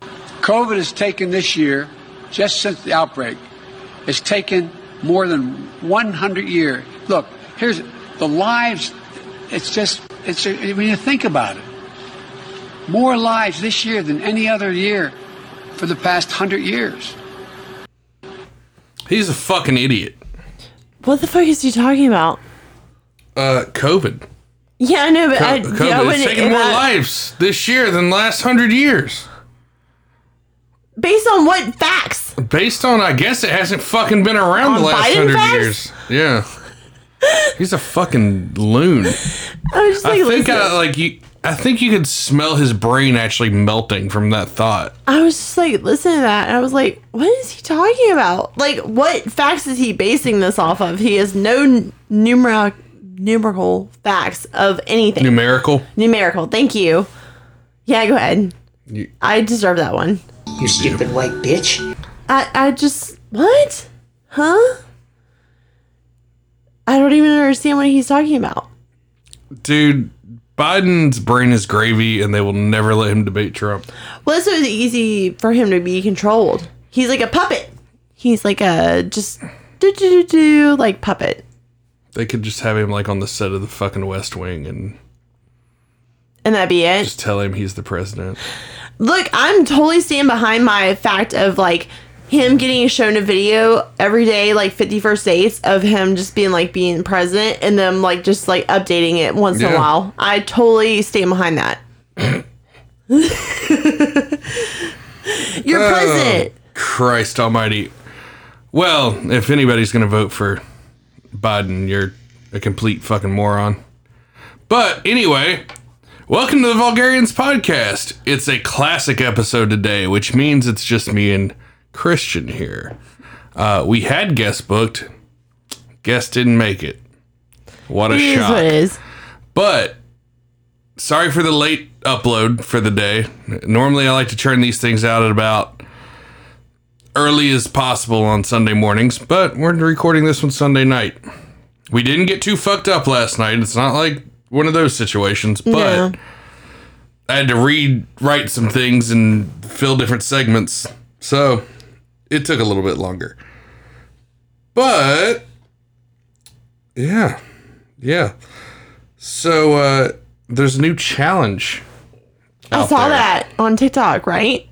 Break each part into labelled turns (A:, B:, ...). A: COVID has taken this year, just since the outbreak, has taken more than 100 years. Look, here's the lives. It's just, it's when you think about it, more lives this year than any other year for the past 100 years.
B: He's a fucking idiot.
C: What the fuck is you talking about?
B: Uh, COVID.
C: Yeah, I know, but
B: Co-
C: I,
B: COVID
C: yeah, I
B: has
C: wouldn't-
B: taken
C: if
B: more
C: I-
B: lives this year than last hundred years.
C: Based on what facts?
B: Based on, I guess it hasn't fucking been around
C: On
B: the last
C: Biden
B: hundred
C: facts?
B: years. Yeah. He's a fucking loon.
C: I was just like,
B: I think
C: listen.
B: I like you. I think you could smell his brain actually melting from that thought.
C: I was just like listening to that and I was like, what is he talking about? Like, what facts is he basing this off of? He has no n- numera- numerical facts of anything.
B: Numerical.
C: numerical, thank you. Yeah, go ahead.
B: You-
C: I deserve that one.
D: You stupid white bitch.
C: I, I just, what? Huh? I don't even understand what he's talking about.
B: Dude, Biden's brain is gravy, and they will never let him debate Trump.
C: Well, that's so it's easy for him to be controlled. He's like a puppet. He's like a just do do do do like puppet.
B: They could just have him like on the set of the fucking West Wing and
C: And that'd be it.
B: just tell him he's the president.
C: Look, I'm totally standing behind my fact of like him getting shown a video every day, like 51st dates of him just being like being president and them like just like updating it once in
B: Yeah.
C: a while. I totally stand behind that. You're
B: Oh,
C: president.
B: Christ Almighty. Well, if anybody's going to vote for Biden, you're a complete fucking moron. But anyway, welcome to the Vulgarians podcast. It's a classic episode today, which means it's just me and Christian here. Uh, we had guests booked, guest didn't make it. What a
C: It is
B: shock!
C: what it is.
B: But sorry for the late upload for the day. Normally, I like to turn these things out at about early as possible on Sunday mornings, but we're recording this one Sunday night. We didn't get too fucked up last night. It's not like one of those situations, but
C: No.
B: I had to rewrite some things and fill different segments. So it took a little bit longer. But yeah. Yeah. So uh there's a new challenge.
C: I
B: out
C: saw
B: there.
C: that on TikTok, right?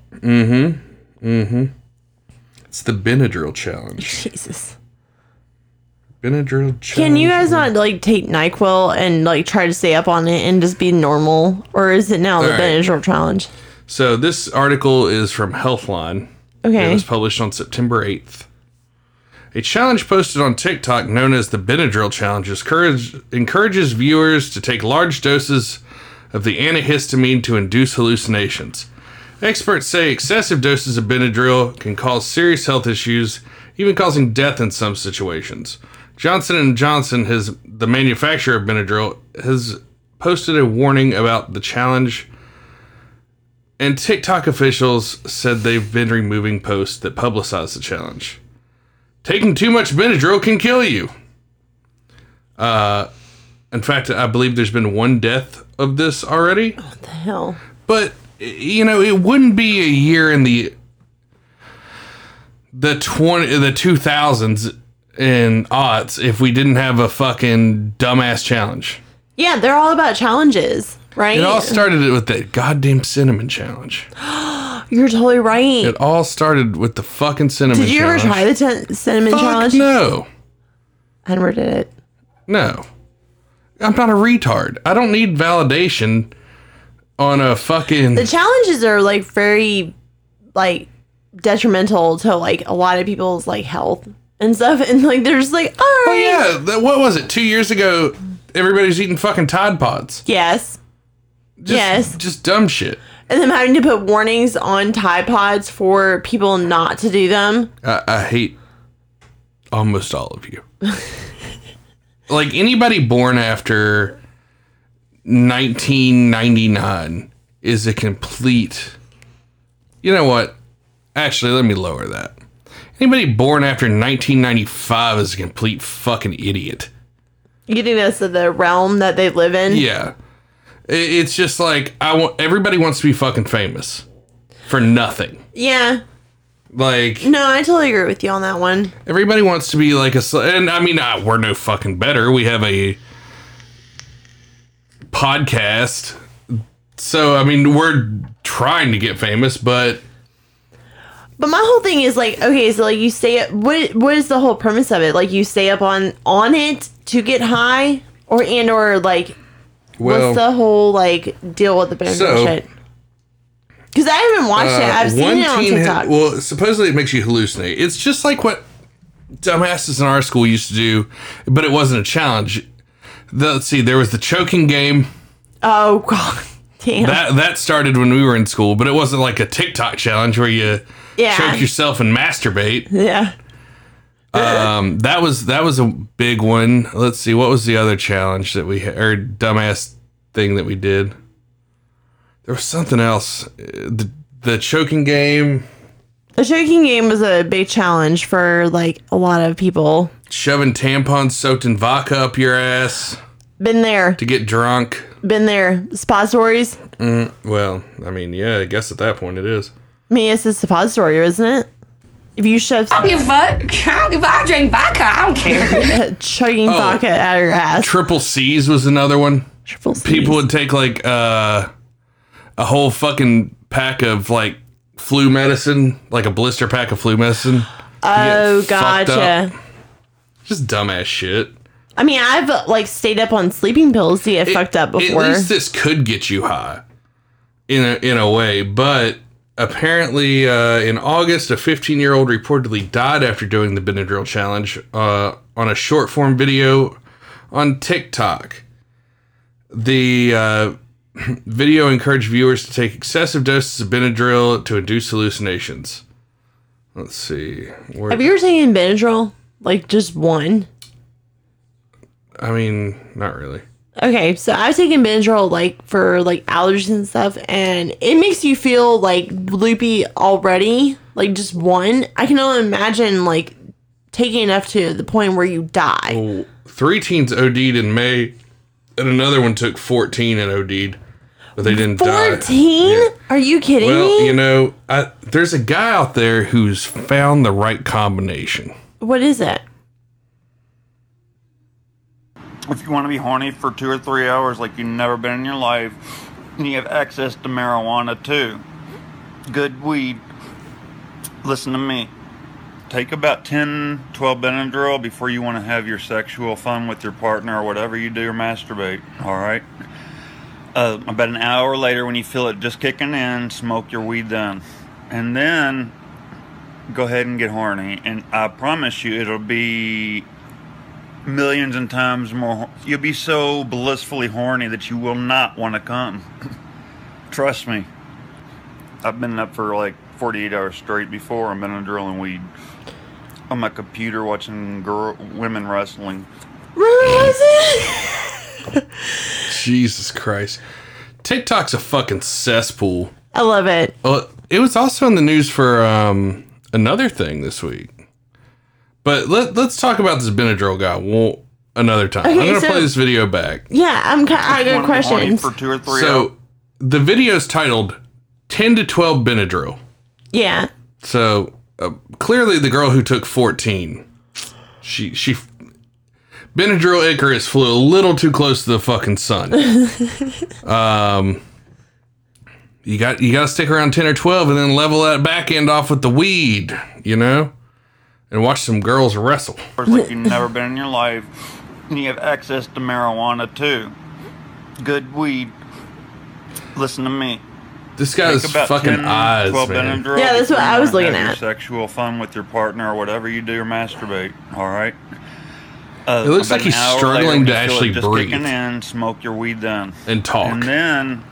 B: It's the Benadryl challenge.
C: Jesus.
B: Benadryl challenge.
C: Can you guys not like take NyQuil and like try to stay up on it and just be normal? Or is it now the
B: All right.
C: Benadryl challenge?
B: So this article is from Healthline. It
C: Okay.
B: was published on September 8th. A challenge posted on TikTok known as the Benadryl Challenge is courage, encourages viewers to take large doses of the antihistamine to induce hallucinations. Experts say excessive doses of Benadryl can cause serious health issues, even causing death in some situations. Johnson & Johnson, has, the manufacturer of Benadryl, has posted a warning about the challenge – and TikTok officials said they've been removing posts that publicize the challenge. Taking too much Benadryl can kill you. Uh, in fact, I believe there's been one death of this already.
C: What the hell?
B: But y- you know, it wouldn't be a year in the the twenty the two thousands and aughts if we didn't have a fucking dumbass challenge.
C: Yeah, they're all about challenges, right?
B: It all started with the goddamn cinnamon challenge.
C: You're totally right.
B: It all started with the fucking cinnamon.
C: did you
B: challenge.
C: ever try the ten- cinnamon
B: Fuck
C: challenge?
B: No,
C: I never did it.
B: no. I'm not a retard. I don't need validation on a fucking.
C: The challenges are like very like detrimental to like a lot of people's like health and stuff and like they're just like, all right.
B: oh yeah, the, what was it? Two years ago, everybody's eating fucking Tide Pods.
C: Yes.
B: Just,
C: Yes.
B: just dumb shit.
C: And then having to put warnings on Tide Pods for people not to do them.
B: I, I hate almost all of you. like anybody born after 1999 is a complete. You know what? Actually, let me lower that. Anybody born after 1995 is a complete fucking idiot.
C: You think that's the realm that they live in?
B: Yeah. I- It's just like I want everybody wants to be fucking famous. for nothing.
C: Yeah.
B: Like
C: No, I totally agree with you on that one.
B: everybody wants to be like a, cel- and I mean ah, we're no fucking better. We have a podcast, so I mean we're trying to get famous, but
C: But my whole thing is like, okay, so like you stay up. What what is the whole premise of it? Like you stay up on on it to get high, or and or like
B: well,
C: what's the whole like deal with the Benadryl
B: So,
C: shit? Because I haven't watched it.
B: Uh,
C: I've seen it on
B: teen had-
C: TikTok.
B: well, supposedly it makes you hallucinate. It's just like what dumbasses in our school used to do, but it wasn't a challenge. The- let's see, there was the choking game
C: oh god, damn.
B: that that started when we were in school, but it wasn't like a TikTok challenge where you
C: Yeah.
B: choke yourself and masturbate.
C: yeah.
B: Um, that was that was a big one. Let's see, what was the other challenge that we had, or dumbass thing that we did? There was something else. Uh, The the choking game.
C: The choking game was a big challenge for like a lot of people.
B: shoving tampons soaked in vodka up your ass
C: Been there,
B: to get drunk.
C: been there. Suppositories.
B: Well, I mean, yeah, I guess at that point it is.
C: I mean, it's a suppository, isn't it? If you shove
E: I don't give a fuck. I don't give a fuck. I drink vodka. I don't care.
C: uh, chugging
B: Oh.
C: vodka out of your ass,
B: Triple C's was another one.
C: triple C's.
B: People would take like uh, a whole fucking pack of like flu medicine, like a blister pack of flu medicine.
C: Oh,
B: to get fucked up.
C: gotcha.
B: Just dumbass shit.
C: I mean, I've uh, like stayed up on sleeping pills to get fucked up before.
B: At least this could get you high, in a, in a way. But apparently, uh, in August, a 15 year old reportedly died after doing the Benadryl challenge uh, on a short form video on TikTok. The uh, video encouraged viewers to take excessive doses of Benadryl to induce hallucinations. Let's see. Where,
C: Have you ever taken Benadryl? Like just one?
B: I mean, not really.
C: Okay, so I've taken Benadryl like for like allergies and stuff, and it makes you feel like loopy already. Like just one, I can only imagine like taking enough to the point where you die.
B: Three teens OD'd in May, and another one took 14 and OD'd, but they didn't die.
C: Fourteen? Are you kidding
B: Well,
C: me?
B: you know, I, there's a guy out there who's found the right combination.
C: what is it?
F: If you want to be horny for two or three hours like you've never been in your life, and you have access to marijuana too, good weed, listen to me. Take about 10, 12 Benadryl before you want to have your sexual fun with your partner or whatever you do or masturbate, all right? Uh, about an hour later, when you feel it just kicking in, smoke your weed then. And then go ahead and get horny. And I promise you, it'll be millions and times more. You'll be so blissfully horny that you will not want to come. Trust me. I've been up for like 48 hours straight before. I've been on drilling weed on my computer watching girl, women wrestling.
C: Where was it?
B: Jesus Christ. TikTok's a fucking cesspool.
C: I love it.
B: Well, it was also in the news for um, another thing this week. But let, let's talk about this Benadryl guy one, another time. I'm
C: Okay,
B: going to
C: so-
B: play this video back.
C: Yeah, I'm. ki- I
F: You
C: got
F: wanna be horny
C: questions.
F: For two or three hours.
B: So the video's titled 10 to 12 Benadryl.
C: Yeah.
B: So uh, clearly, the girl who took fourteen, she she Benadryl Icarus flew a little too close to the fucking sun. um, you got you got to stick around ten or twelve, and then level that back end off with the weed, you know, and watch some girls wrestle.
F: hours like you've never been in your life, and you have access to marijuana too. Good weed. Listen to me.
B: This guy's
F: Think about
B: fucking
F: 10,
B: eyes,
F: 12
B: man.
F: Benadryl
C: Yeah, that's what
F: before
C: I
F: you
C: was
F: wanna
C: looking
F: have your
C: at.
F: Sexual fun with your partner or whatever you do or masturbate. All right. Uh,
B: It looks like he's struggling to actually
F: just
B: breathe
F: Kicking in, smoke your weed then,
B: and talk.
F: and then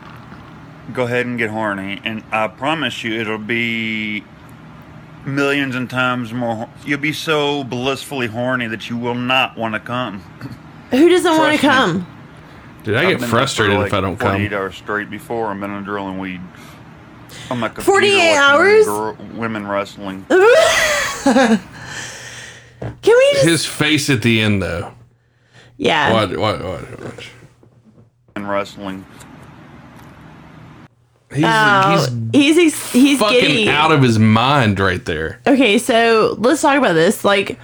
F: go ahead and get horny. And I promise you, it'll be millions and times more. You'll be so blissfully horny that you will not want to come.
C: Who doesn't want to
F: Trust me.
C: come?
B: Dude, I get
F: I've been up for,
B: frustrated if
F: like,
B: I don't come.
F: Forty-eight hours straight before I'm in drilling weed. I'm like
C: 48 hours?
F: women wrestling.
C: Can we just?
B: His face at the end, though.
C: yeah.
B: What? What? What? what?
F: and wrestling.
B: He's, he's
C: Oh, he's he's, he's
B: fucking
C: giddy.
B: out of his mind right there.
C: Okay, so let's talk about this. Like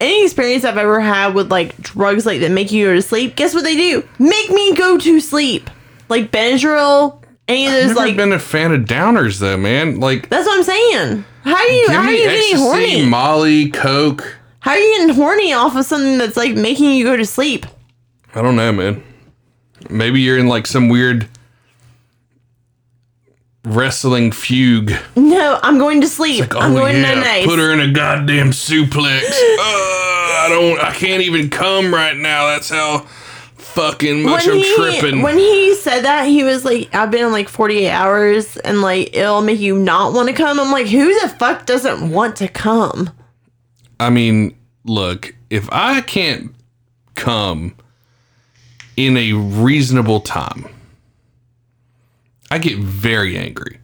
C: any experience I've ever had with like drugs like that make you go to sleep, guess what they do? Make me go to sleep. Like Benadryl, any of
B: I've
C: those
B: never
C: like
B: been a fan of downers though, man. Like,
C: that's what I'm saying. How do you
B: give
C: how are
B: me
C: you
B: ecstasy,
C: getting horny?
B: Molly, Coke.
C: how are you getting horny off of something that's like making you go to sleep?
B: I don't know, man. Maybe you're in like some weird wrestling fugue.
C: No, I'm going to sleep. I'm
B: Oh,
C: going
B: yeah,
C: to nice.
B: Put her in a goddamn suplex. Ugh, I don't. I can't even come right now. That's how fucking much I'm tripping.
C: when he said that, he was like, "I've been in like 48 hours, and like it'll make you not want to come." I'm like, "Who the fuck doesn't want to come?"
B: I mean, look, if I can't come in a reasonable time, I get very angry.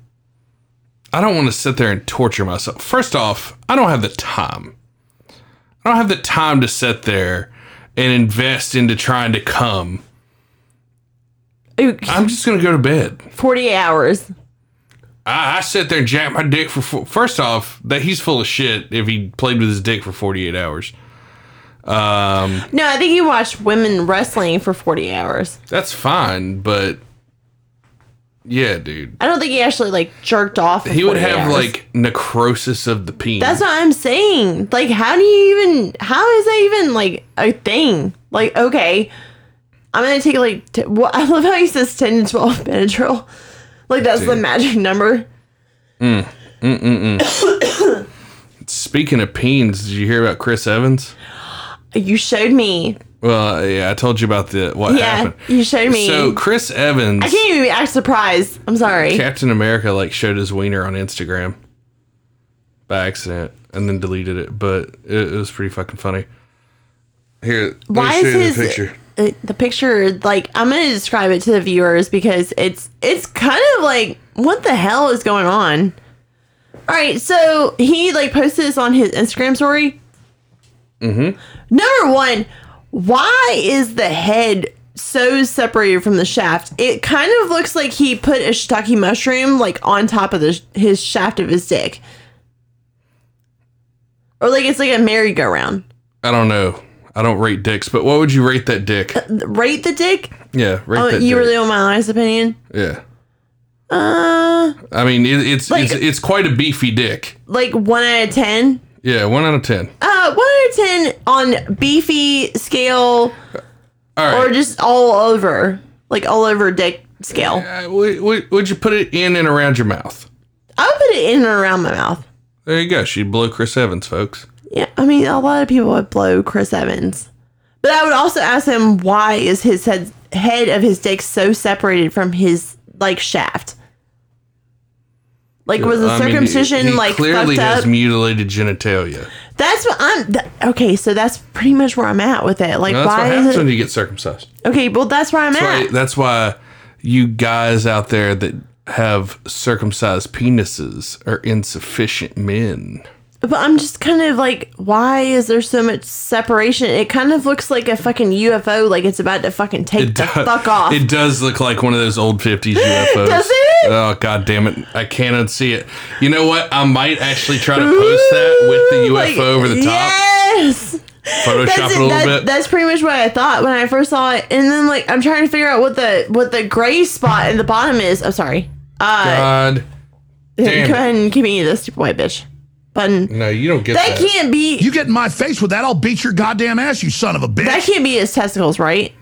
B: I don't want to sit there and torture myself. First off, I don't have the time. I don't have the time to sit there and invest into trying to come.
C: Ooh,
B: I'm just going to go to bed.
C: 48 hours.
B: I, I sit there and jack my dick for four, first off that he's full of shit if he played with his dick for 48 hours. Um,
C: No, I think he watched women wrestling for 48 hours.
B: That's fine, but yeah, dude.
C: I don't think he actually like jerked off. for
B: He would
C: 48
B: have
C: hours.
B: like necrosis of the penis.
C: That's what I'm saying. Like, how do you even? How is that even like a thing? Like, okay, I'm gonna take like. T- well, I love how he says 10 to 12 Benadryl. Like that's the
B: Dude.
C: magic number.
B: Speaking of peens, did you hear about Chris Evans?
C: You showed me.
B: Well, yeah, I told you about the what
C: Yeah,
B: happened.
C: you showed me.
B: So Chris Evans,
C: I can't even act surprised. I'm sorry.
B: Captain America, like showed his wiener on Instagram by accident and then deleted it, but it, it was pretty fucking funny. Here, let me
C: Why
B: show you
C: is
B: the
C: his
B: picture?
C: uh, the picture like I'm gonna describe it to the viewers because it's it's kind of like what the hell is going on? All right, so he like posted this on his Instagram story. Mm-hmm.
B: Mm-hmm.
C: Number one, why is the head so separated from the shaft? It kind of looks like he put a shiitake mushroom like on top of the his shaft of his dick, or like it's like a merry-go-round.
B: I don't know. I don't rate dicks, but what would you rate that dick?
C: Rate the dick.
B: Yeah, rate
C: Uh, Oh,
B: that.
C: you
B: dick.
C: really want my honest opinion?
B: yeah.
C: Uh,
B: I mean, it, it's,
C: Like-
B: it's it's quite a beefy dick.
C: like one out of ten.
B: Yeah, one out of ten.
C: Uh, one out of ten on beefy scale,
B: All right.
C: or just all over, like all over dick scale.
B: Uh, w- w- would you put it in and around your mouth?
C: I would put it in and around my mouth.
B: There you go. She'd blow Chris Evans, folks.
C: Yeah, I mean, a lot of people would blow Chris Evans, but I would also ask him why is his head head of his dick so separated from his like shaft? Like, was the
B: I mean,
C: circumcision
B: he
C: like
B: clearly
C: fucked up?
B: has mutilated genitalia?
C: That's what I'm. Th- okay, so that's pretty much where I'm at with it. Like,
B: Now, that's what
C: why
B: happens
C: is
B: when
C: it? Ah.
B: you get circumcised.
C: Okay, well, that's where I'm
B: That's
C: at.
B: why, that's why you guys out there that have circumcised penises are insufficient men.
C: But I'm just kind of like, why is there so much separation? It kind of looks like a fucking UFO, like it's about to fucking take the
B: do-
C: fuck off.
B: It does look like one of those old fifties UFOs.
C: Does it?
B: Oh god damn it! I can't unsee it. You know what? I might actually try to post that with the
C: Like,
B: UFO over the top,
C: Yes.
B: Photoshop
C: That's,
B: it
C: it,
B: a little
C: that-
B: bit.
C: that's pretty much what I thought when I first saw it, and then like I'm trying to figure out what the what the gray spot in the bottom is. I'm sorry. Uh,
B: god,
C: go
B: damn it.
C: ahead and give me this stupid white bitch button.
B: no, you don't get
C: That
B: that.
C: can't be.
G: You get in my face with that, I'll beat your goddamn ass, you son of a bitch.
C: That can't be his testicles, right?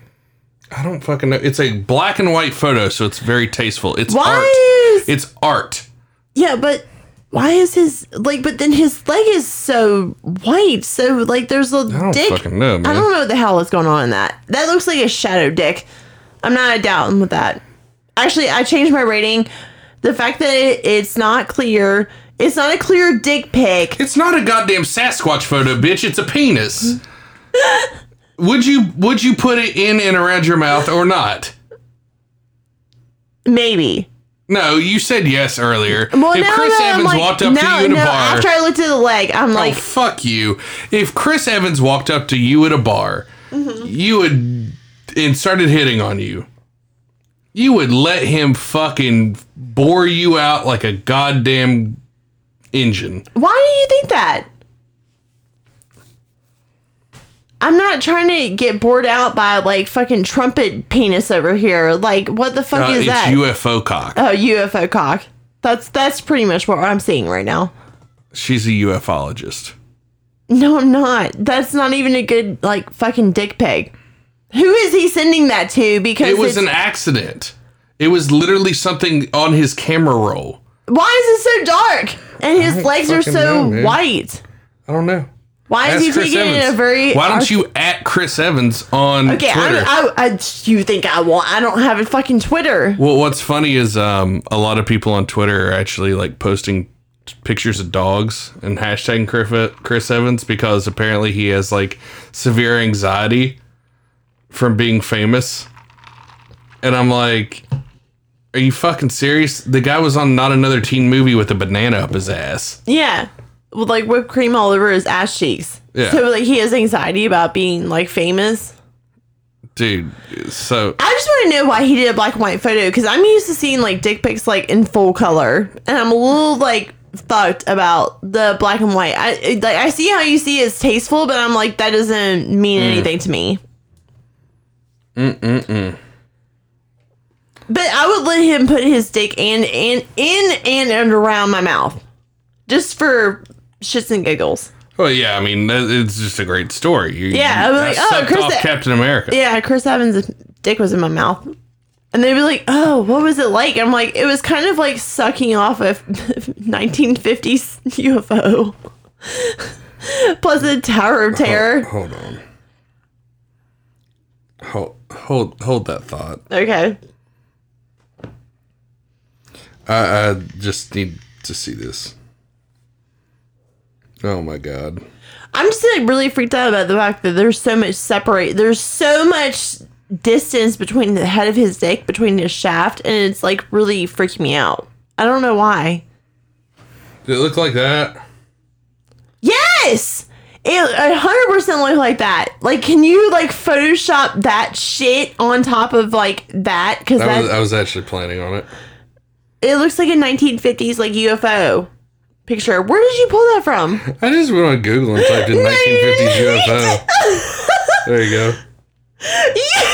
B: I don't fucking know. It's a black and white photo, so it's very tasteful. It's
C: Why
B: art.
C: is-
B: It's art.
C: Yeah, but why is his like? But then his leg is so white, so like there's a
B: I don't
C: dick.
B: fucking know, man.
C: I don't know what the hell is going on in that. That looks like a shadow dick. I'm not doubting with that. Actually, I changed my rating. The fact that it, it's not clear, it's not a clear dick pic.
B: It's not a goddamn Sasquatch photo, bitch. It's a penis. would you would you put it in and around your mouth or not?
C: Maybe.
B: No, you said yes earlier.
C: Well,
B: if
C: now
B: Chris
C: that I'm
B: Evans
C: like-
B: walked up
C: now-
B: to you in a
C: now,
B: bar,
C: after I looked at the leg, I'm
B: oh
C: like,
B: fuck you! If Chris Evans walked up
C: Mm-hmm.
B: to you at a bar, you would and started hitting on you. you would let him fucking bore you out like a goddamn engine.
C: Why do you think that? I'm not trying to get bored out by like fucking trumpet penis over here. Like, what the fuck
B: Uh,
C: is
B: it's
C: that?
B: UFO cock.
C: oh, UFO cock. That's that's pretty much what I'm seeing right now.
B: She's a ufologist.
C: No, I'm not. That's not even a good like fucking dick pig. Who is he sending that to? Because
B: It was
C: it's-
B: an accident. It was literally something on his camera roll.
C: why is it so dark and
B: I
C: his
B: don't
C: legs are
B: fucking
C: so
B: know, man.
C: white?
B: I don't know.
C: Why is
B: Ask
C: he
B: Chris
C: taking it in
B: Evans.
C: a very
B: Why don't you at Chris Evans on
C: Okay,
B: Twitter?
C: I, I, I, you think I will? I don't have a fucking Twitter.
B: Well, what's funny is um, a lot of people on Twitter are actually like posting t- pictures of dogs and hashtagging Chris, Chris Evans because apparently he has like severe anxiety from being famous. And I'm like, are you fucking serious? The guy was on not another teen movie with a banana up his ass.
C: Yeah, with like whipped cream all over his ass cheeks.
B: Yeah.
C: So like he has anxiety about being like famous.
B: Dude, so
C: I just want to know why he did a black and white photo because I'm used to seeing like dick pics like in full color, and I'm a little like fucked about the black and white. I it- like I see how you see it's tasteful, but I'm like that doesn't mean anything to me. Mm mm mm. But I would let him put his dick and and in and, and around my mouth, just for shits and giggles.
B: well, yeah, I mean, that- it's just a great story. You-
C: Yeah, I
B: you-
C: was
B: I
C: like, oh,
B: sucked
C: Chris
B: off
C: E-
B: Captain America.
C: Yeah, Chris Evans' dick was in my mouth. And they'd be like, oh, what was it like? I'm like, it was kind of like sucking off a 1950s UFO. Plus the Tower of Terror.
B: Hold on. Hold hold hold that thought.
C: Okay.
B: I, I just need to see this. Oh my god.
C: I'm just like really freaked out about the fact that there's so much separate. There's so much distance between the head of his dick, between his shaft, and it's like really freaking me out. I don't know why.
B: Did it look like that?
C: Yes, it hundred percent look like that. Like, can you like Photoshop that shit on top of like that? Because
B: I was, uh
C: that
B: I was actually planning on it.
C: it looks like a nineteen fifties like UFO picture. Where did you pull that from?
B: I just went on Google and typed in 1950s UFO. There you go.
C: Yeah.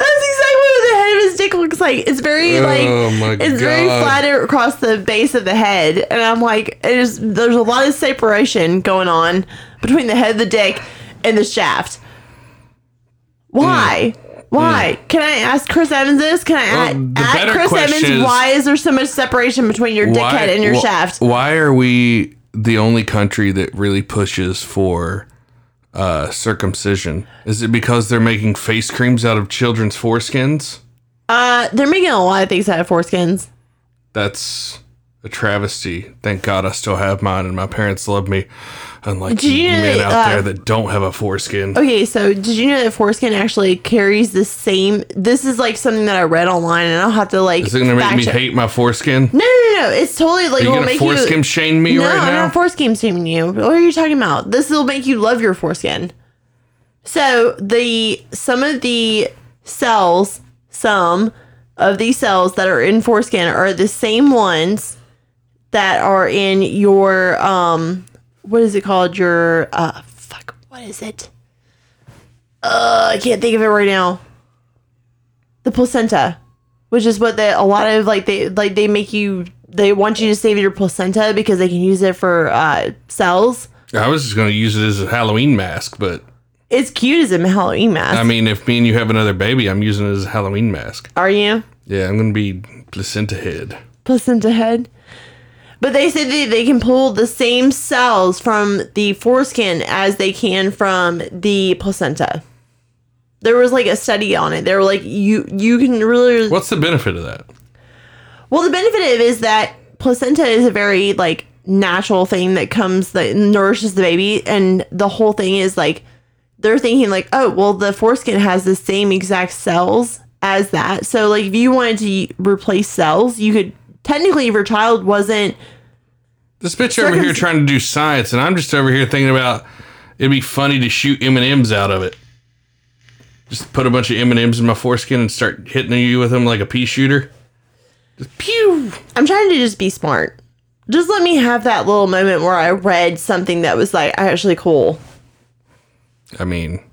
C: That's exactly what the head of his dick looks like. It's very like
B: Oh my
C: it's very
B: God.
C: flat across the base of the head, and I'm like, it is. There's a lot of separation going on between the head of the dick and the shaft. Why? Why? Can I ask Chris Evans this? Can I ask
B: Mm. Well, the
C: add
B: better
C: Chris
B: question
C: Evans
B: is-
C: why is there so much separation between your dick head and your
B: wh-
C: shaft?
B: Why are we the only country that really pushes for uh, circumcision? Is it because they're making face creams out of children's foreskins?
C: Uh, they're making a lot of things out of foreskins.
B: That's a travesty. Thank God I still have mine, and my parents love me. Unlike
C: Do you
B: you
C: know
B: men out
C: that, uh,
B: there that don't have a foreskin.
C: Okay, so did you know that foreskin actually carries the same? This is like something that I read online, and I'll have to like.
B: Is it gonna make
C: fact
B: me
C: check-
B: hate my foreskin?
C: No, no, no, no! It's totally like
B: Are you
C: will
B: gonna
C: make
B: foreskin
C: you.
B: shame me
C: no,
B: right
C: I'm
B: now?
C: not foreskin shaming you. What are you talking about? This will make you love your foreskin. So the some of the cells, some of these cells that are in foreskin are the same ones that are in your um, what is it called? Your uh, fuck, what is it? Uh, I can't think of it right now. The placenta, which is what they a lot of like they like they make you they want you to save your placenta because they can use it for uh, cells.
B: I was just gonna use it as a Halloween mask, but
C: It's cute as a Halloween mask.
B: I mean, if me and you have another baby, I'm using it as a Halloween mask.
C: Are you
B: Yeah, I'm gonna be placenta head.
C: placenta head? But they said that they can pull the same cells from the foreskin as they can from the placenta. There was like a study on it. They were like, you you can really
B: What's the benefit of that?
C: Well, the benefit of it is that placenta is a very like natural thing that comes that nourishes the baby, and the whole thing is like they're thinking like, oh, well, the foreskin has the same exact cells as that, so like if you wanted to replace cells, you could technically if your child wasn't
B: This bitch over here
C: Circumc-
B: trying to do science, and I'm just over here thinking about it'd be funny to shoot M and M's out of it. Just put a bunch of M and M's in my foreskin and start hitting you with them like a pea shooter.
C: Pew. I'm trying to just be smart. Just let me have that little moment where I read something that was like actually cool.
B: I mean,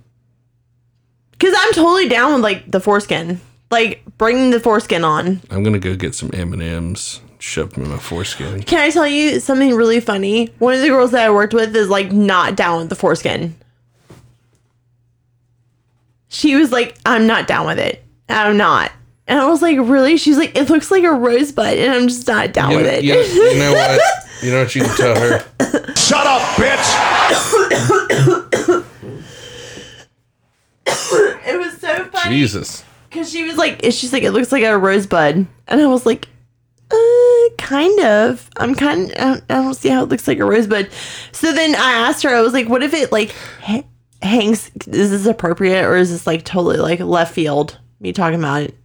C: Cause I'm totally down with like the foreskin, like bringing the foreskin on.
B: I'm gonna go get some M and M's, shove them in my foreskin.
C: Can I tell you something really funny? One of the girls that I worked with is like not down with the foreskin. She was like, I'm not down with it. I'm not. And I was like, really? She's like, it looks like a rosebud, and I'm just not down
B: You
C: with
B: know,
C: it.
B: you know- you know what? You know what you can tell her.
G: Shut up, bitch!
C: it was so funny.
B: Jesus.
C: Because she was like, she's like, it looks like a rosebud, and I was like, uh, kind of. I'm kind. I don't, I don't see how it looks like a rosebud. So then I asked her. I was like, what if it like ha- hangs? Is this appropriate or is this like totally like left field? Me talking about it.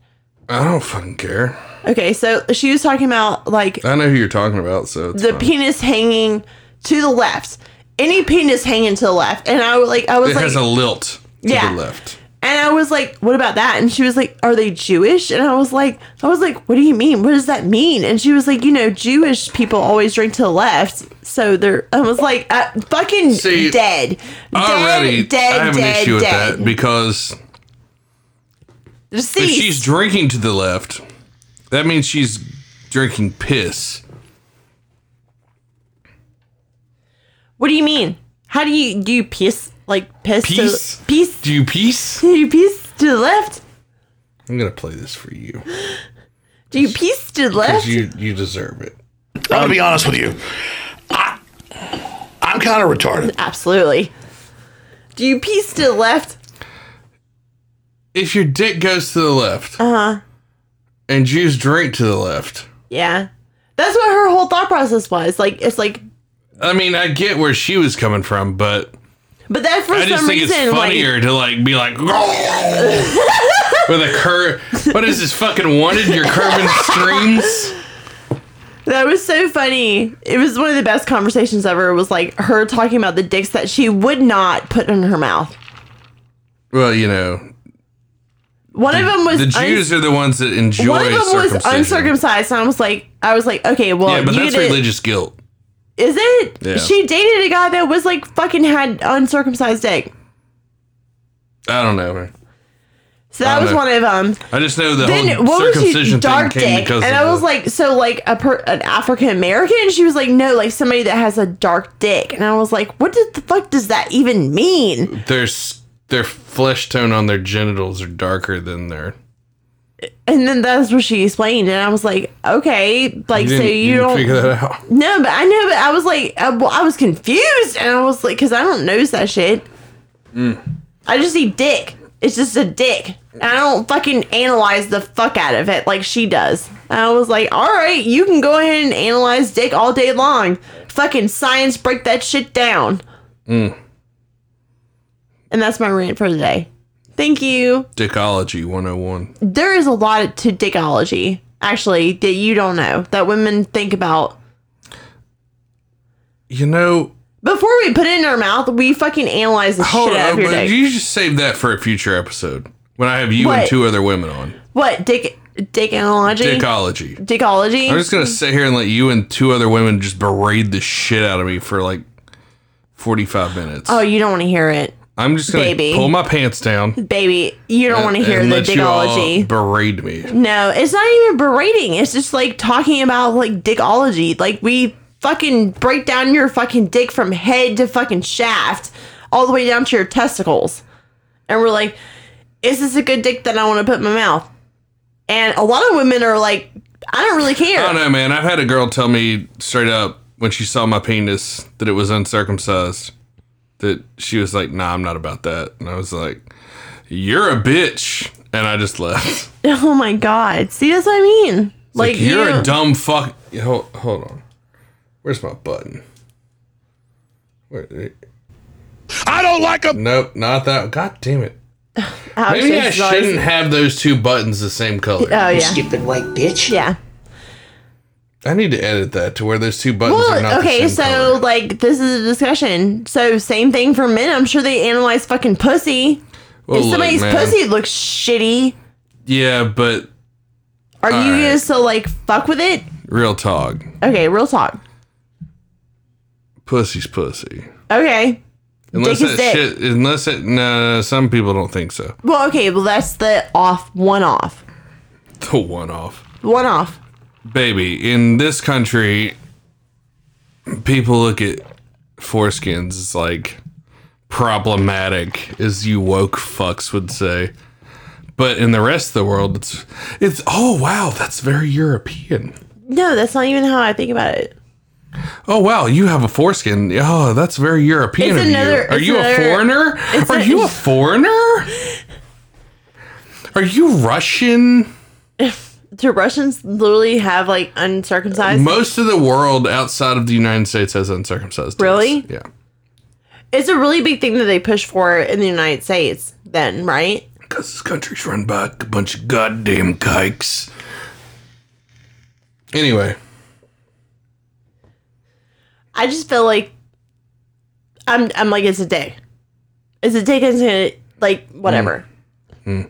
B: I don't fucking care.
C: Okay, so she was talking about like
B: I know who you're talking about, so it's
C: the
B: fine.
C: penis hanging to the left. Any penis hanging to the left, and I was like, I was
B: it
C: like,
B: has a lilt to
C: Yeah.
B: the left.
C: And I was like, "What about that?" And she was like, "Are they Jewish?" And I was like, "I was like, what do you mean? What does that mean?" And she was like, "You know, Jewish people always drink to the left, so they're." I was like, uh, "Fucking
B: See,
C: dead,
B: Already,
C: dead, dead,
B: I have
C: dead,
B: an issue with
C: dead."
B: that because
C: Just
B: if
C: cease.
B: she's drinking to the left, that means she's drinking piss.
C: what do you mean? How do you do you piss like piss
B: Piece?
C: to piece?
B: Do you piece?
C: Do you piece to the left?
B: I'm gonna play this for you
C: Do you piece to the left?
B: because you you deserve it.
H: I'm gonna be honest with you. I, I'm kind of retarded.
C: Absolutely. Do you piece to the left?
B: If your dick goes to the left, uh huh,
C: Uh-huh.
B: and Jews drink to the left.
C: Yeah, that's what her whole thought process was. Like, it's like
B: I mean, I get where she was coming from, but
C: But that for
B: I just
C: some
B: think
C: reason,
B: it's
C: like,
B: funnier to like be like with a curve. What is this fucking wanted? Your curving streams.
C: that was so funny. It was one of the best conversations ever. Was like her talking about the dicks that she would not put in her mouth.
B: Well, you know,
C: One of them was
B: the
C: un-
B: Jews are the ones that enjoy
C: one of them was
B: circumcision.
C: uncircumcised, and I was like, I was like, okay, well,
B: Yeah, but
C: you
B: that's
C: did-
B: religious guilt.
C: Is it?
B: Yeah.
C: She dated a guy that was like fucking had uncircumcised dick.
B: I don't know. man.
C: So that
B: I
C: was
B: know.
C: one of them.
B: I just know the
C: Then
B: whole
C: what was she?
B: circumcision thing
C: Dark
B: came
C: dick,
B: because
C: and
B: of
C: I was
B: the-
C: like, so like a per- an African American. She was like, no, like somebody that has a dark dick, and I was like, what did the fuck does that even mean?
B: their s- their flesh tone on their genitals are darker than their.
C: And then that's what she explained, and I was like, okay, like so
B: didn't-
C: you
B: didn't
C: don't
B: figure that out.
C: no, but I know, but I was like, I, well, I was confused, and I was like, because I don't notice that shit. I just see dick. It's just a dick. And I don't fucking analyze the fuck out of it like she does. And I was like, all right, you can go ahead and analyze dick all day long. Fucking science, break that shit down. And that's my rant for today. Thank you
B: Dickology 101.
C: there is a lot to dickology actually that you don't know that women think about
B: You know,
C: before we put it in our mouth we fucking analyze the
B: hold
C: shit out
B: on,
C: of your
B: but
C: dick
B: you just save that for a future episode when I have you
C: What?
B: and two other women on.
C: what dick dick analogy
B: Dickology.
C: dickology
B: I'm just gonna sit here and let you and two other women just berate the shit out of me for like 45 minutes.
C: oh you don't want to hear it
B: I'm just gonna
C: baby.
B: pull my pants down.
C: baby you don't want to hear
B: and
C: the
B: let you all
C: dickology
B: berate me.
C: no it's not even berating it's just like talking about like dickology like we fucking break down your fucking dick from head to fucking shaft all the way down to your testicles and we're like is this a good dick that I want to put in my mouth? And a lot of women are like, I don't really care.
B: I don't know, man. I've had a girl tell me straight up when she saw my penis that it was uncircumcised. That she was like, "Nah, I'm not about that," and I was like, "You're a bitch," and I just left.
C: Oh my god. See, that's what I mean.
B: Like,
C: Like,
B: you're
C: you-
B: a dumb fuck. Yeah, Hold, hold on. Where's my button? Where,
G: I don't like a
B: nope, not that. God damn it.
C: Alex
B: Maybe I
C: is always-
B: shouldn't have those two buttons the same color.
C: Oh yeah.
D: Stupid white bitch.
C: Yeah.
B: I need to edit that to where those two buttons are not
C: Well, okay,
B: the same
C: so
B: color.
C: like this is a discussion. So same thing for men. I'm sure they analyze fucking pussy.
B: Well,
C: if
B: look,
C: somebody's
B: man.
C: pussy looks shitty,
B: Yeah, but
C: are you
B: Alright.
C: gonna still like fuck with it?
B: real talk.
C: Okay, real talk.
B: Pussy's pussy.
C: Okay.
B: Unless
C: Dick is
B: that
C: dick.
B: shit, unless it, no, some people don't think so.
C: Well, okay, well that's the off one off.
B: The one off.
C: One off.
B: Baby, in this country, people look at foreskins as like problematic, as you woke fucks would say. But in the rest of the world, it's, it's, oh wow, that's very European.
C: No, that's not even how I think about it.
B: Oh wow, you have a foreskin. Oh, that's very European
C: It's
B: of
C: another-
B: you. Are
C: it's
B: you
C: another-
B: a foreigner?
C: it's
B: Are
C: a-
B: you a foreigner? Are you Russian?
C: Do Russians literally have like uncircumcised?
B: Most of the world outside of the United States has uncircumcised. dicks.
C: Really?
B: Yeah.
C: it's a really big thing that they push for in the United States. Then, right?
B: Because this country's run by a bunch of goddamn kikes. Anyway,
C: I just feel like I'm. I'm like it's a dick. It's a dick. and It's gonna like whatever.
B: Hmm.
C: Hmm.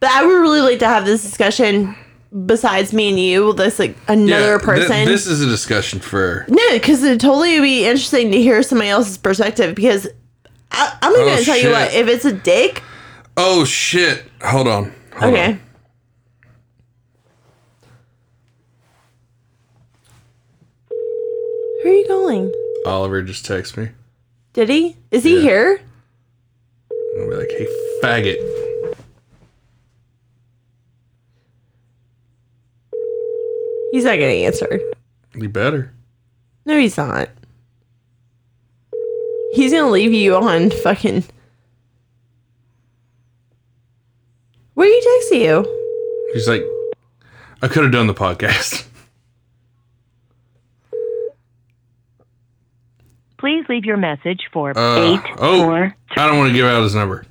C: But I would really like to have this discussion. Besides me and you, with this like another
B: Yeah, thi-
C: person.
B: this is a discussion for.
C: No, because it totally would be interesting to hear somebody else's perspective. Because I, I'm
B: Oh,
C: going to tell you what,
B: shit.
C: if it's a dick,
B: Oh shit! Hold on. Hold
C: okay,
B: on.
C: who are you calling?
B: Oliver just texted me.
C: Did he? Is he
B: Yeah.
C: here?
B: I'll be like, hey, faggot.
C: He's not going to answer.
B: You better.
C: No, he's not. He's going to leave you on fucking. Where are you texting you?
B: He's like, I could have done the podcast.
I: Please leave your message for
B: Uh,
I: eight
B: oh,
I: four
B: I don't want to give out his number.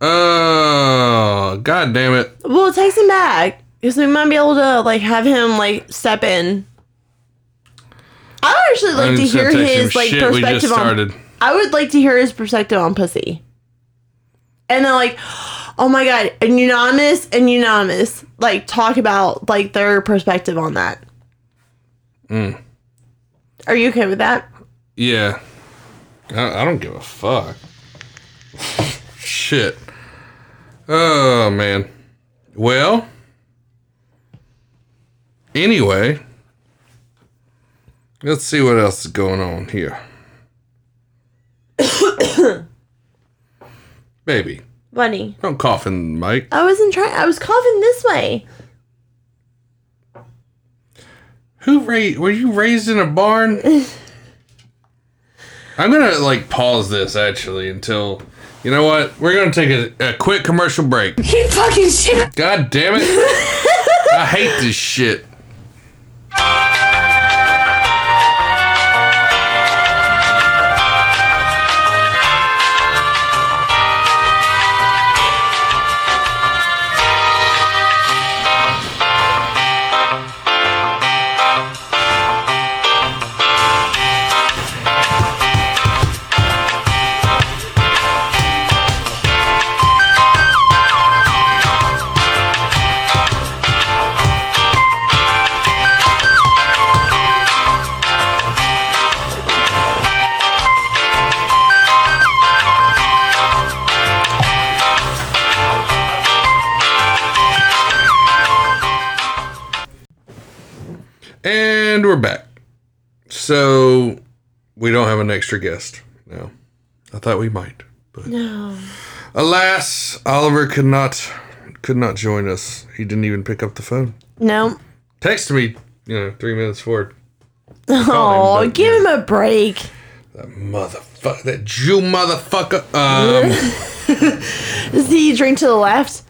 B: Oh, god damn it.
C: Well, text him back because we might be able to like have him like step in. I would actually like
B: I'm
C: to
B: just gonna
C: hear
B: text him.
C: his like
B: Shit, we just
C: perspective on.
B: started.
C: I would like to hear his perspective on pussy. And then like, oh my god, and unanimous and unanimous like talk about like their perspective on that. Are you okay with that?
B: Yeah. I, I don't give a fuck. Shit. Oh, man. Well, anyway, let's see what else is going on here. Baby,
C: Bunny.
B: don't cough in the mic.
C: I wasn't trying. I was coughing this way.
B: Who raised? Were you raised in a barn? I'm gonna like pause this actually until you know what we're gonna take a, a quick commercial break.
E: Keep fucking shit.
B: God damn it! I hate this shit. And we're back. So we don't have an extra guest now. I thought we might, but
C: No.
B: alas, Oliver could not could not join us. He didn't even pick up the phone.
C: No.
B: Texted me, you know, three minutes forward.
C: Oh,
B: but-
C: give him a break.
B: Motherfucker, that Jew motherfucker. Um,
C: Does he drink to the left?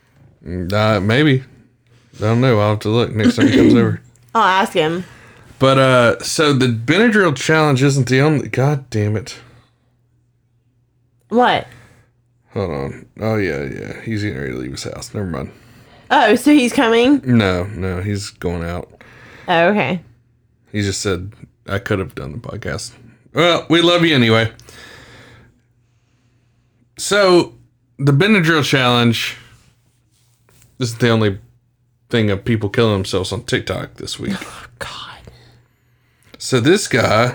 B: uh, maybe. I don't know. I'll have to look next time he comes over.
C: I'll ask him.
B: But uh, so the Benadryl challenge isn't the only. God damn it.
C: What?
B: Hold on. Oh yeah, yeah. He's getting ready to leave his house. Never mind.
C: Oh, so he's coming?
B: No, no. He's going out.
C: Oh, okay.
B: He just said I could have done the podcast. Well, we love you anyway. So the Benadryl challenge. This is the only thing of people killing themselves on TikTok this week.
C: God.
B: So this guy,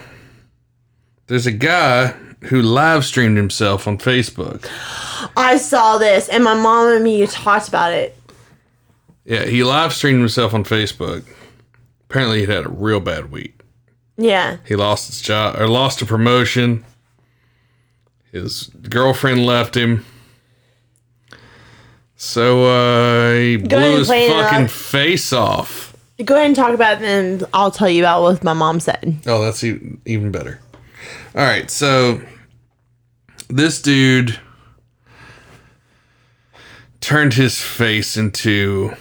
B: there's a guy who live streamed himself on Facebook.
C: I saw this, and my mom and me talked about it.
B: Yeah, he live streamed himself on Facebook. Apparently, he'd had a real bad week.
C: Yeah.
B: He lost his job or lost a promotion. His girlfriend left him. So uh, he
C: ahead
B: blew
C: and
B: his
C: play it out.
B: fucking face off.
C: Go ahead and talk about it, and I'll tell you about what my mom said.
B: Oh, that's e- even better. All right, so this dude turned his face into.